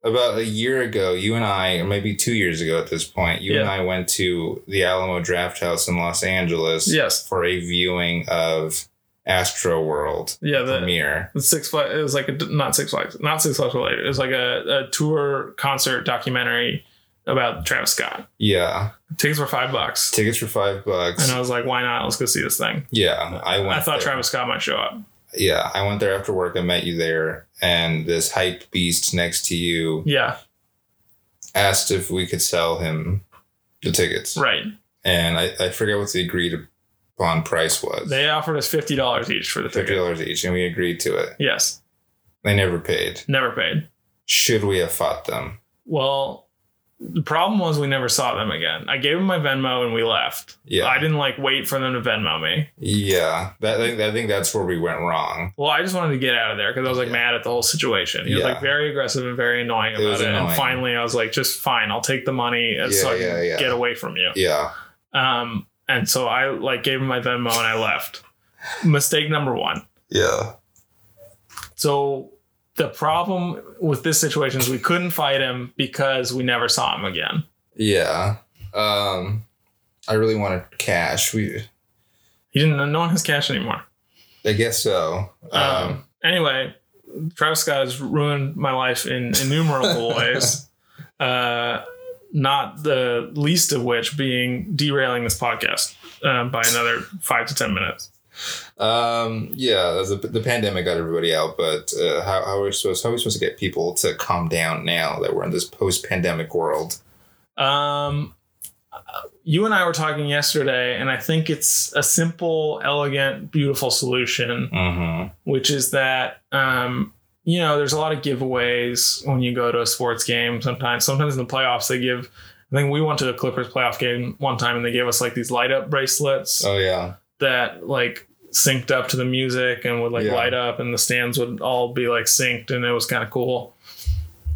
Speaker 2: About a year ago, you and I, or maybe two years ago at this point, you and
Speaker 1: Yeah.
Speaker 2: I went to the Alamo Draft House in Los Angeles
Speaker 1: Yes.
Speaker 2: for a viewing of Astro World
Speaker 1: Yeah, the,
Speaker 2: premiere.
Speaker 1: The Six Flags. It was like a not Six Flags, not Six Flags related. It was like a, a tour concert documentary about Travis Scott.
Speaker 2: Yeah,
Speaker 1: Tickets were five bucks,
Speaker 2: tickets for five bucks.
Speaker 1: and I was like, "Why not? Let's go see this thing."
Speaker 2: Yeah, I went.
Speaker 1: I thought
Speaker 2: there.
Speaker 1: Travis Scott might show up.
Speaker 2: Yeah, I went there after work. I met you there, and this hype beast next to you
Speaker 1: Yeah,
Speaker 2: asked if we could sell him the tickets.
Speaker 1: right.
Speaker 2: and I, I forget what the agreed upon price was.
Speaker 1: They offered us fifty dollars each for the
Speaker 2: fifty
Speaker 1: ticket.
Speaker 2: dollars each, and we agreed to it.
Speaker 1: Yes,
Speaker 2: They never paid.
Speaker 1: never paid.
Speaker 2: Should we have fought them?
Speaker 1: Well, The problem was we never saw them again. I gave them my Venmo and we left.
Speaker 2: Yeah.
Speaker 1: I didn't like wait for them to Venmo me.
Speaker 2: Yeah, that, I think I think that's where we went wrong.
Speaker 1: Well, I just wanted to get out of there because I was like
Speaker 2: Yeah.
Speaker 1: mad at the whole situation. He was
Speaker 2: Yeah.
Speaker 1: like very aggressive and very annoying
Speaker 2: It was
Speaker 1: about it. And
Speaker 2: annoying.
Speaker 1: finally, I was like, just fine. I'll take the money uh, so
Speaker 2: Yeah,
Speaker 1: I can
Speaker 2: yeah, yeah.
Speaker 1: get away from you.
Speaker 2: Yeah,
Speaker 1: Um, and so I like gave him my Venmo and I left. Mistake number one.
Speaker 2: yeah,
Speaker 1: So the problem with this situation is we couldn't fight him because we never saw him again.
Speaker 2: yeah. Um, I really wanted cash. We,
Speaker 1: He didn't. No one has cash anymore.
Speaker 2: I guess so. Um,
Speaker 1: Um, anyway, Travis Scott has ruined my life in innumerable ways. Uh, not the least of which being derailing this podcast uh, by another five to ten minutes.
Speaker 2: um, yeah. The, the pandemic got everybody out, but uh, how how are we supposed how are we supposed to get people to calm down now that we're in this post pandemic world?
Speaker 1: Um, you and I were talking yesterday, and I think it's a simple, elegant, beautiful solution,
Speaker 2: Mm-hmm.
Speaker 1: which is that um, you know there's a lot of giveaways when you go to a sports game. Sometimes, sometimes in the playoffs, they give. I think we went to a Clippers playoff game one time, and they gave us like these light up bracelets
Speaker 2: Oh yeah,
Speaker 1: that like synced up to the music and would like
Speaker 2: Yeah.
Speaker 1: light up and the stands would all be like synced and it was kind of cool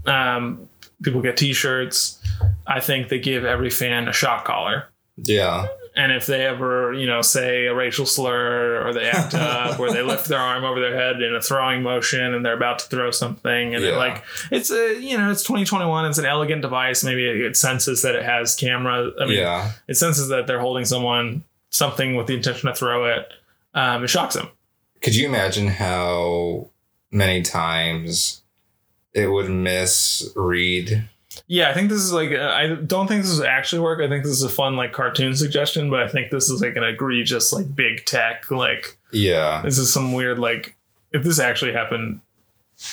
Speaker 1: um people get t-shirts i think they give every fan a shot collar
Speaker 2: yeah,
Speaker 1: and if they ever you know say a racial slur or they
Speaker 2: (laughs)
Speaker 1: act up or they lift their arm over their head in a throwing motion and they're about to throw something and it,
Speaker 2: Yeah.
Speaker 1: like it's a you know it's 2021 it's an elegant device maybe it, it senses that it has camera i mean
Speaker 2: yeah,
Speaker 1: it senses that they're holding someone something with the intention to throw it. Um, it shocks them.
Speaker 2: Could you imagine how many times it would misread?
Speaker 1: Yeah, I think this is like uh, I don't think this is actually work. I think this is a fun like cartoon suggestion, but I think this is like an egregious like big tech like
Speaker 2: Yeah,
Speaker 1: this is some weird like if this actually happened,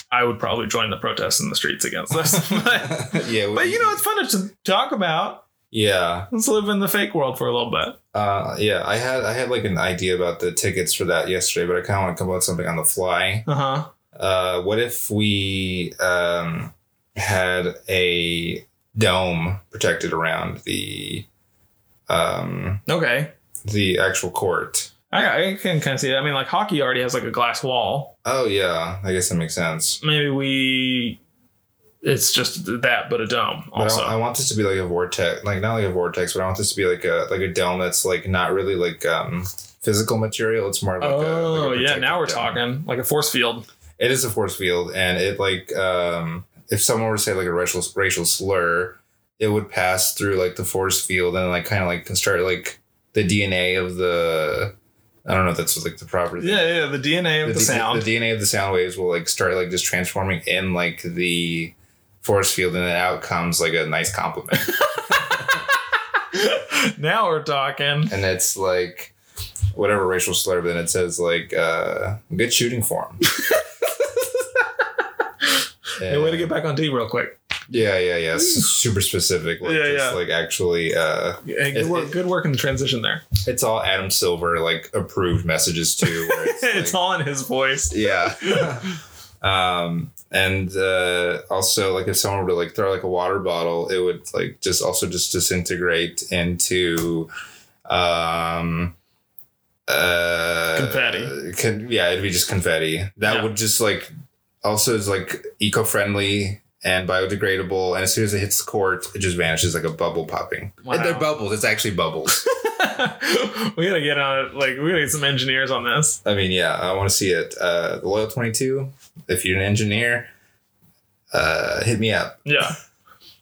Speaker 1: I would probably join the protests in the streets against this. (laughs)
Speaker 2: (laughs)
Speaker 1: but,
Speaker 2: yeah,
Speaker 1: but you know, it's fun to talk about.
Speaker 2: yeah,
Speaker 1: Let's live in the fake world for a little bit.
Speaker 2: uh, yeah. I had I had like an idea about the tickets for that yesterday, but I kind of want to come up with something on the fly.
Speaker 1: Uh huh.
Speaker 2: Uh, what if we um, had a dome protected around the um,
Speaker 1: Okay.
Speaker 2: the actual court?
Speaker 1: I, I can kind of see it. I mean, like hockey already has like a glass wall.
Speaker 2: Oh yeah, I guess that makes sense.
Speaker 1: maybe we it's just that but a dome
Speaker 2: But
Speaker 1: also
Speaker 2: I, I want this to be like a vortex, like not like a vortex, but I want this to be like a like a dome that's like not really like um physical material. It's more like a- like a
Speaker 1: oh yeah
Speaker 2: protective
Speaker 1: now we're
Speaker 2: dome.
Speaker 1: talking like a force field
Speaker 2: It is a force field, and it like um if someone were to say like a racial racial slur, it would pass through like the force field and like kind of like construct like the DNA of the. I don't know if that's like the proper thing.
Speaker 1: yeah yeah the dna of the,
Speaker 2: D-
Speaker 1: sound
Speaker 2: the DNA of the sound waves will like start like just transforming in like the force field, and then out comes like a nice compliment.
Speaker 1: (laughs) now we're talking
Speaker 2: and it's like whatever racial slur, but then it says like uh, good shooting form.
Speaker 1: (laughs) hey way to get back on d real quick
Speaker 2: Yeah, yeah, yeah. S- super specific. Like,
Speaker 1: Yeah,
Speaker 2: just,
Speaker 1: yeah.
Speaker 2: Like actually, uh,
Speaker 1: Hey, good,
Speaker 2: It-
Speaker 1: work,
Speaker 2: it-
Speaker 1: good work in the transition there
Speaker 2: it's all Adam Silver like approved messages too. Where
Speaker 1: (laughs)
Speaker 2: it's,
Speaker 1: it's,
Speaker 2: like-
Speaker 1: all in his voice (laughs)
Speaker 2: yeah. um, and uh, also like if someone were to like throw like a water bottle, it would like just also just disintegrate into. Um, uh,
Speaker 1: Confetti.
Speaker 2: Con- yeah, it'd be just confetti. That
Speaker 1: Yeah.
Speaker 2: would just like also is like eco friendly and biodegradable. And as soon as it hits the court, it just vanishes like a bubble popping.
Speaker 1: Wow.
Speaker 2: And they're bubbles. It's actually bubbles.
Speaker 1: (laughs) we gotta get on it like we gotta get some engineers on this
Speaker 2: I mean, yeah, I want to see it. Uh, the Loyal 22, if you're an engineer, uh, hit me up.
Speaker 1: yeah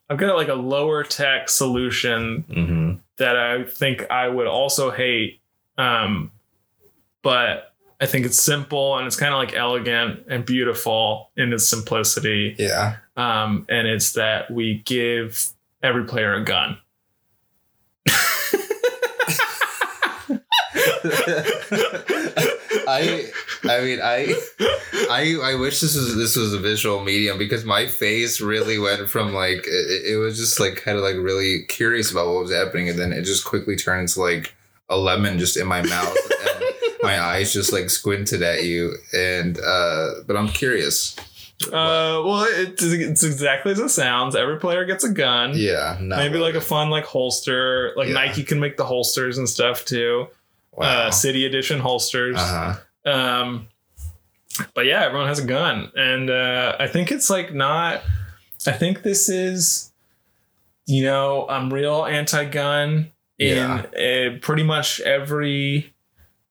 Speaker 1: i've got like a lower tech solution
Speaker 2: Mm-hmm.
Speaker 1: that I think I would also hate. Um, but I think it's simple and it's kind of like elegant and beautiful in its simplicity.
Speaker 2: Yeah.
Speaker 1: Um, and it's that we give every player a gun.
Speaker 2: (laughs) I I mean I I I wish this was this was a visual medium because my face really went from like it, it was just like kind of like really curious about what was happening and then it just quickly turns like a lemon just in my mouth (laughs) and my eyes just like squinted at you and uh but I'm curious
Speaker 1: Uh, well, it's, it's exactly as it sounds. Every player gets a gun.
Speaker 2: yeah, not
Speaker 1: Maybe like a uh,
Speaker 2: really.
Speaker 1: fun like holster. Like
Speaker 2: Yeah.
Speaker 1: Nike can make the holsters and stuff too.
Speaker 2: wow.
Speaker 1: Uh, City Edition holsters.
Speaker 2: uh-huh.
Speaker 1: Um, but yeah, everyone has a gun, and uh, I think it's like not. I think this is, you know, I'm real anti-gun in uh, pretty much every.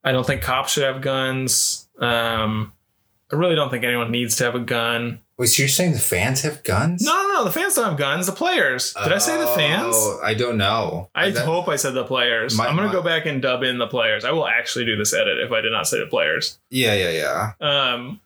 Speaker 1: I don't think cops should have guns. Um, I really don't think anyone needs to have a gun.
Speaker 2: Wait, so you're saying the fans have guns?
Speaker 1: No, no, no. The fans don't have guns. The players. Did I say the fans?
Speaker 2: Oh, I don't know.
Speaker 1: I
Speaker 2: That-
Speaker 1: hope I said the players.
Speaker 2: My-
Speaker 1: I'm gonna
Speaker 2: my-
Speaker 1: go back and dub in the players. I will actually do this edit if I did not say the players.
Speaker 2: Yeah, yeah, yeah.
Speaker 1: Um,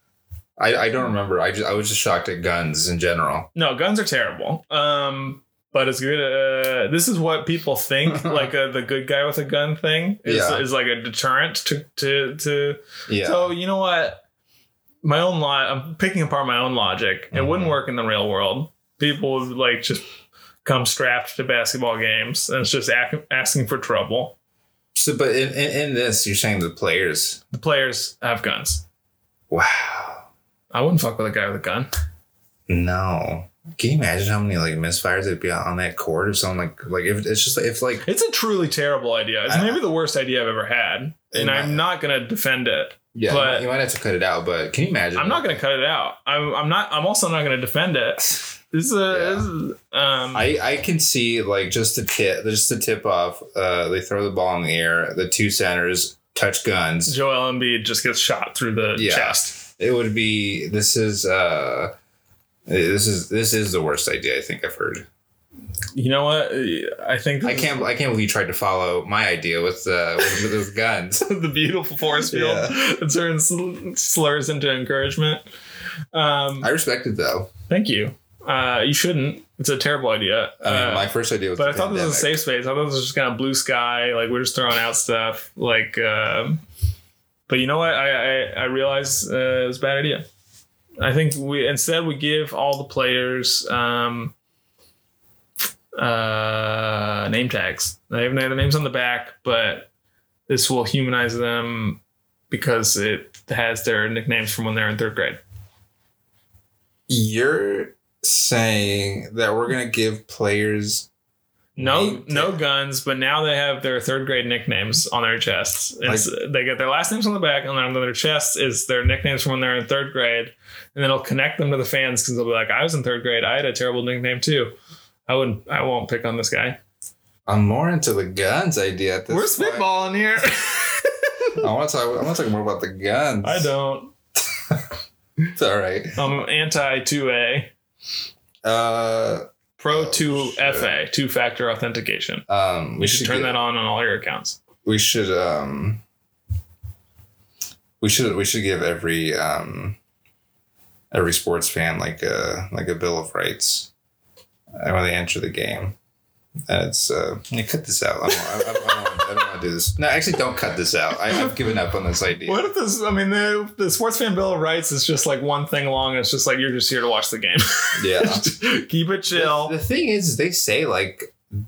Speaker 2: I, I don't remember. I just I was just shocked at guns in general.
Speaker 1: No, guns are terrible. Um, but it's good. Uh, this is what people
Speaker 2: (laughs)
Speaker 1: think, like uh, the good guy with a gun thing is,
Speaker 2: Yeah.
Speaker 1: is like a deterrent to to to.
Speaker 2: Yeah.
Speaker 1: So you know what? My own law. I'm picking apart my own logic. It wouldn't
Speaker 2: Mhm.
Speaker 1: work in the real world. People would like just come strapped to basketball games, and it's just ac- asking for trouble.
Speaker 2: So, but in, in, in this, you're saying the players.
Speaker 1: The players have guns.
Speaker 2: Wow.
Speaker 1: I wouldn't fuck with a guy with a gun.
Speaker 2: No. Can you imagine how many like misfires there'd be on that court if someone like like if it's just if like
Speaker 1: It's a truly terrible idea. It's
Speaker 2: I-
Speaker 1: maybe the worst idea I've ever had,
Speaker 2: It
Speaker 1: and I'm
Speaker 2: might-
Speaker 1: not gonna defend it.
Speaker 2: yeah
Speaker 1: But-
Speaker 2: you might have to cut it out but can you imagine
Speaker 1: I'm not going to cut it out. I'm, I'm not. I'm also not going to defend
Speaker 2: (laughs)
Speaker 1: it. This is a. this is- um,
Speaker 2: I I can see like just the tip just the tip off uh they throw the ball in the air the two centers touch guns
Speaker 1: Joel Embiid just gets shot through the
Speaker 2: Yeah.
Speaker 1: chest.
Speaker 2: it would be this is uh this is this is the worst idea I think I've heard
Speaker 1: You know what? I think
Speaker 2: I can't I can't believe you tried to follow my idea with uh (laughs) with, with
Speaker 1: (laughs)
Speaker 2: guns
Speaker 1: the beautiful force field (laughs) it turns sl- slurs into encouragement. Um,
Speaker 2: I respect it though
Speaker 1: thank you. Uh, you shouldn't. It's a terrible idea.
Speaker 2: I mean
Speaker 1: Uh,
Speaker 2: my first idea was
Speaker 1: but
Speaker 2: the
Speaker 1: I thought this was a
Speaker 2: pandemic.
Speaker 1: safe space. I thought this was just kind of blue sky, like we're just throwing out stuff. Like, um, but you know what? I I, I realized uh, it was a bad idea. I think we instead we give all the players um, uh, name tags. They have their names on the back, but this will humanize them because it has their nicknames from when they're in third grade.
Speaker 2: You're saying that we're gonna give players
Speaker 1: No,
Speaker 2: Name
Speaker 1: no
Speaker 2: tag.
Speaker 1: guns, but now they have their third grade nicknames on their chests. It's, they get their last names on the back, and then on their chests is their nicknames from when they're in third grade, and then it'll connect them to the fans because they'll be like, "I was in third grade. I had a terrible nickname too. I wouldn't. I won't pick on this guy.
Speaker 2: I'm more into the guns idea at this
Speaker 1: We're
Speaker 2: point.
Speaker 1: spitballing
Speaker 2: (laughs)
Speaker 1: here.
Speaker 2: I want to talk. I want to talk more about the guns.
Speaker 1: I don't.
Speaker 2: It's all right.
Speaker 1: I'm anti two A,
Speaker 2: Uh,
Speaker 1: pro
Speaker 2: Oh,
Speaker 1: two
Speaker 2: shit.
Speaker 1: FA, two factor authentication.
Speaker 2: um,
Speaker 1: We, should, turn
Speaker 2: get-
Speaker 1: that on on all your accounts.
Speaker 2: We should. Um, we should. We should give every um, every sports fan like a like a bill of rights uh, when they enter the game. And it's uh, you cut this out. I don't, I, I, I don't, I don't want to do this. No, actually, don't cut this out. I, I've given up on this idea.
Speaker 1: What if this? I mean, the the sports fan bill of rights is just like one thing long. It's just like you're just here to watch the game.
Speaker 2: Yeah.
Speaker 1: (laughs) Keep it chill.
Speaker 2: The, the thing is, they say like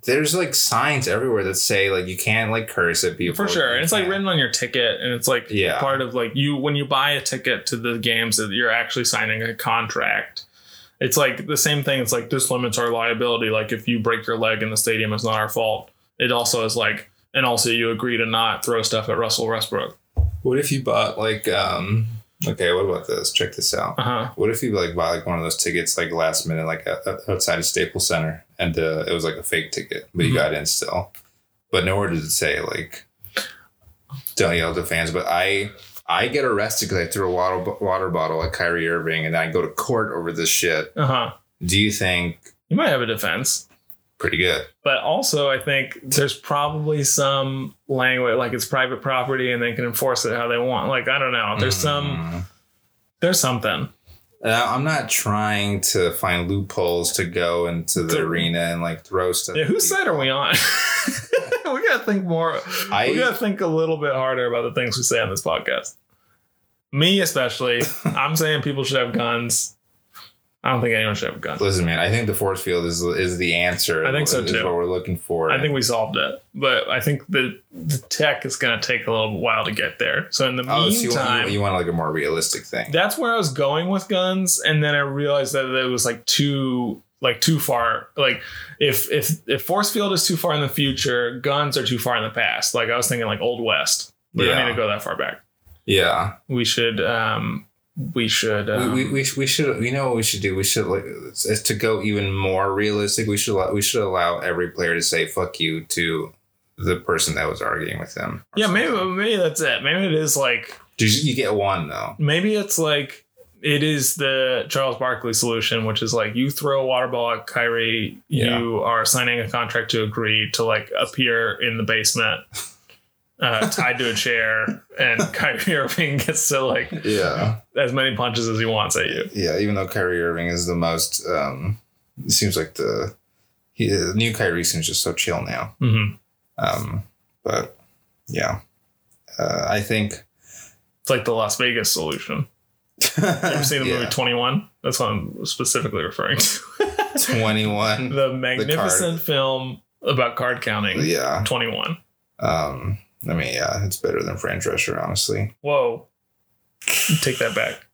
Speaker 2: there's like signs everywhere that say like you can't like curse at people
Speaker 1: for sure. And it's like
Speaker 2: You can't-
Speaker 1: written on your ticket, and it's like
Speaker 2: Yeah.
Speaker 1: part of like you when you buy a ticket to the games that you're actually signing a contract. It's like the same thing. It's like this limits our liability. Like if you break your leg in the stadium, it's not our fault. It also is like, and also you agree to not throw stuff at Russell Westbrook.
Speaker 2: What if you bought like um? Okay, what about this? Check this out.
Speaker 1: Uh huh.
Speaker 2: What if you like bought like one of those tickets like last minute, like o- o- outside of Staples Center, and uh, it was like a fake ticket, but you
Speaker 1: Mhm.
Speaker 2: got in still. But nowhere does it say like, don't yell at the fans. But I I get arrested because I threw a water bo- water bottle at Kyrie Irving, and I go to court over this shit.
Speaker 1: Uh huh.
Speaker 2: Do you think
Speaker 1: You might have a defense.
Speaker 2: pretty good?
Speaker 1: but also I think there's probably some language like it's private property and they can enforce it how they want. Like I don't know. There's some
Speaker 2: Mm.
Speaker 1: there's something.
Speaker 2: Uh, I'm not trying to find loopholes to go into the
Speaker 1: To-
Speaker 2: arena and like throw stuff.
Speaker 1: Yeah,
Speaker 2: at
Speaker 1: whose
Speaker 2: people.
Speaker 1: side are we on? (laughs) we gotta think more.
Speaker 2: I-
Speaker 1: we gotta think a little bit harder about the things we say on
Speaker 2: (laughs)
Speaker 1: this podcast. Me especially. I'm saying people should have guns. I don't think anyone should have a gun.
Speaker 2: Listen, man, I think the force field is is the answer.
Speaker 1: I think so,
Speaker 2: is
Speaker 1: too.
Speaker 2: What we're looking for.
Speaker 1: I think we solved it, but I think the the tech is going to take a little while to get there. So in the
Speaker 2: Oh, so you
Speaker 1: meantime,
Speaker 2: want, you want like a more realistic thing?
Speaker 1: that's where I was going with guns, and then I realized that it was like too like too far. Like if if if force field is too far in the future, guns are too far in the past. Like I was thinking like old west. We
Speaker 2: Yeah.
Speaker 1: don't need to go that far back.
Speaker 2: yeah.
Speaker 1: We should um we should um,
Speaker 2: we, we, we, sh- we should. You know what we should do? We should like is to go even more realistic. We should allow, we should allow every player to say "fuck you" to the person that was arguing with them.
Speaker 1: yeah maybe maybe that's it. Maybe it is like
Speaker 2: You, you get one though.
Speaker 1: maybe it's like it is the Charles Barkley solution, which is like you throw a water ball at Kyrie,
Speaker 2: Yeah.
Speaker 1: you are signing a contract to agree to like appear in the basement,
Speaker 2: (laughs)
Speaker 1: uh, tied to a chair, and Kyrie Irving gets to like
Speaker 2: Yeah.
Speaker 1: as many punches as he wants at you.
Speaker 2: Yeah, even though Kyrie Irving is the most, um, it seems like the he, the new Kyrie seems just so chill now.
Speaker 1: hmm
Speaker 2: Um, but yeah, uh, I think. (laughs)
Speaker 1: It's like the Las Vegas solution. You ever seen the movie
Speaker 2: Yeah.
Speaker 1: Twenty One? That's what I'm specifically referring
Speaker 2: (laughs)
Speaker 1: to. (laughs)
Speaker 2: 21?
Speaker 1: the magnificent film about card counting.
Speaker 2: yeah.
Speaker 1: Twenty One.
Speaker 2: Um, I mean, yeah, it's better than Fran Drescher, honestly.
Speaker 1: Whoa, take that back.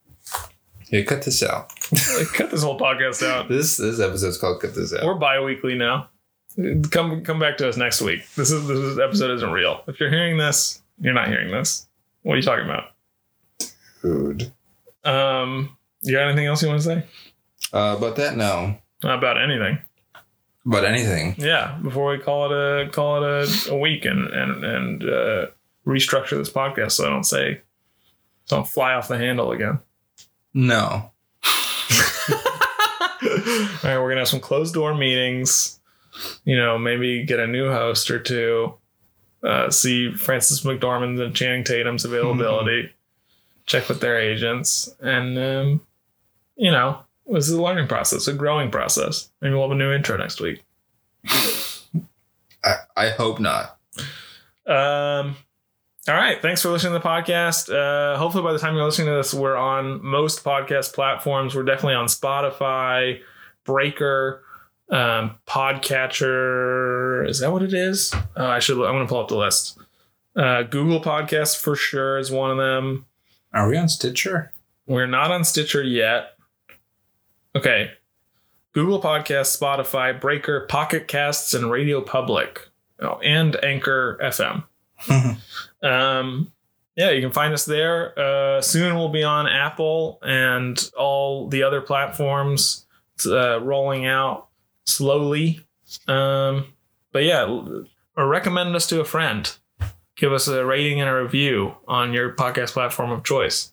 Speaker 2: Yeah, cut this out.
Speaker 1: Like, cut this whole podcast out.
Speaker 2: This this episode's called "Cut This Out."
Speaker 1: We're bi-weekly now. Come come back to us next week. This is this is- episode isn't real. If you're hearing this, you're not hearing this. What are you talking about?
Speaker 2: Food.
Speaker 1: Um, you got anything else you want to say
Speaker 2: Uh, but that no.
Speaker 1: Not about anything?
Speaker 2: But anything.
Speaker 1: Yeah, before we call it a call it a, a week and and and uh, restructure this podcast so I don't say so I don't fly off the handle again. All
Speaker 2: No.
Speaker 1: right, we're gonna have some closed door meetings. You know, maybe get a new host or two. Uh, see Francis McDormand and Channing Tatum's availability. Check with their agents, and um, you know, this is a learning process, a growing process. Maybe we'll have a new intro next week.
Speaker 2: I, I hope not.
Speaker 1: Um, all right. Thanks for listening to the podcast. Uh, hopefully, by the time you're listening to this, we're on most podcast platforms. We're definitely on Spotify, Breaker, um, Podcatcher. Is that what it is? Uh, I should. I'm going to pull up the list. Uh, Google Podcasts for sure is one of them.
Speaker 2: Are we on Stitcher?
Speaker 1: We're not on Stitcher yet. Okay. Google Podcasts, Spotify, Breaker, Pocket Casts, and Radio Public. Oh, and Anchor FM. Um, yeah, you can find us there. Uh, soon we'll be on Apple and all the other platforms. It's uh, rolling out slowly. Um, but yeah, l- or recommend us to a friend. Give us a rating and a review on your podcast platform of choice.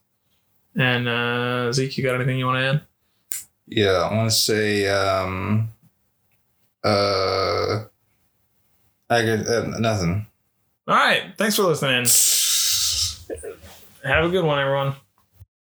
Speaker 1: And uh, Zeke, you got anything you want to add?
Speaker 2: Yeah, I want to say, um, uh, I got uh, nothing.
Speaker 1: All right. Thanks for listening. Have a good one, everyone.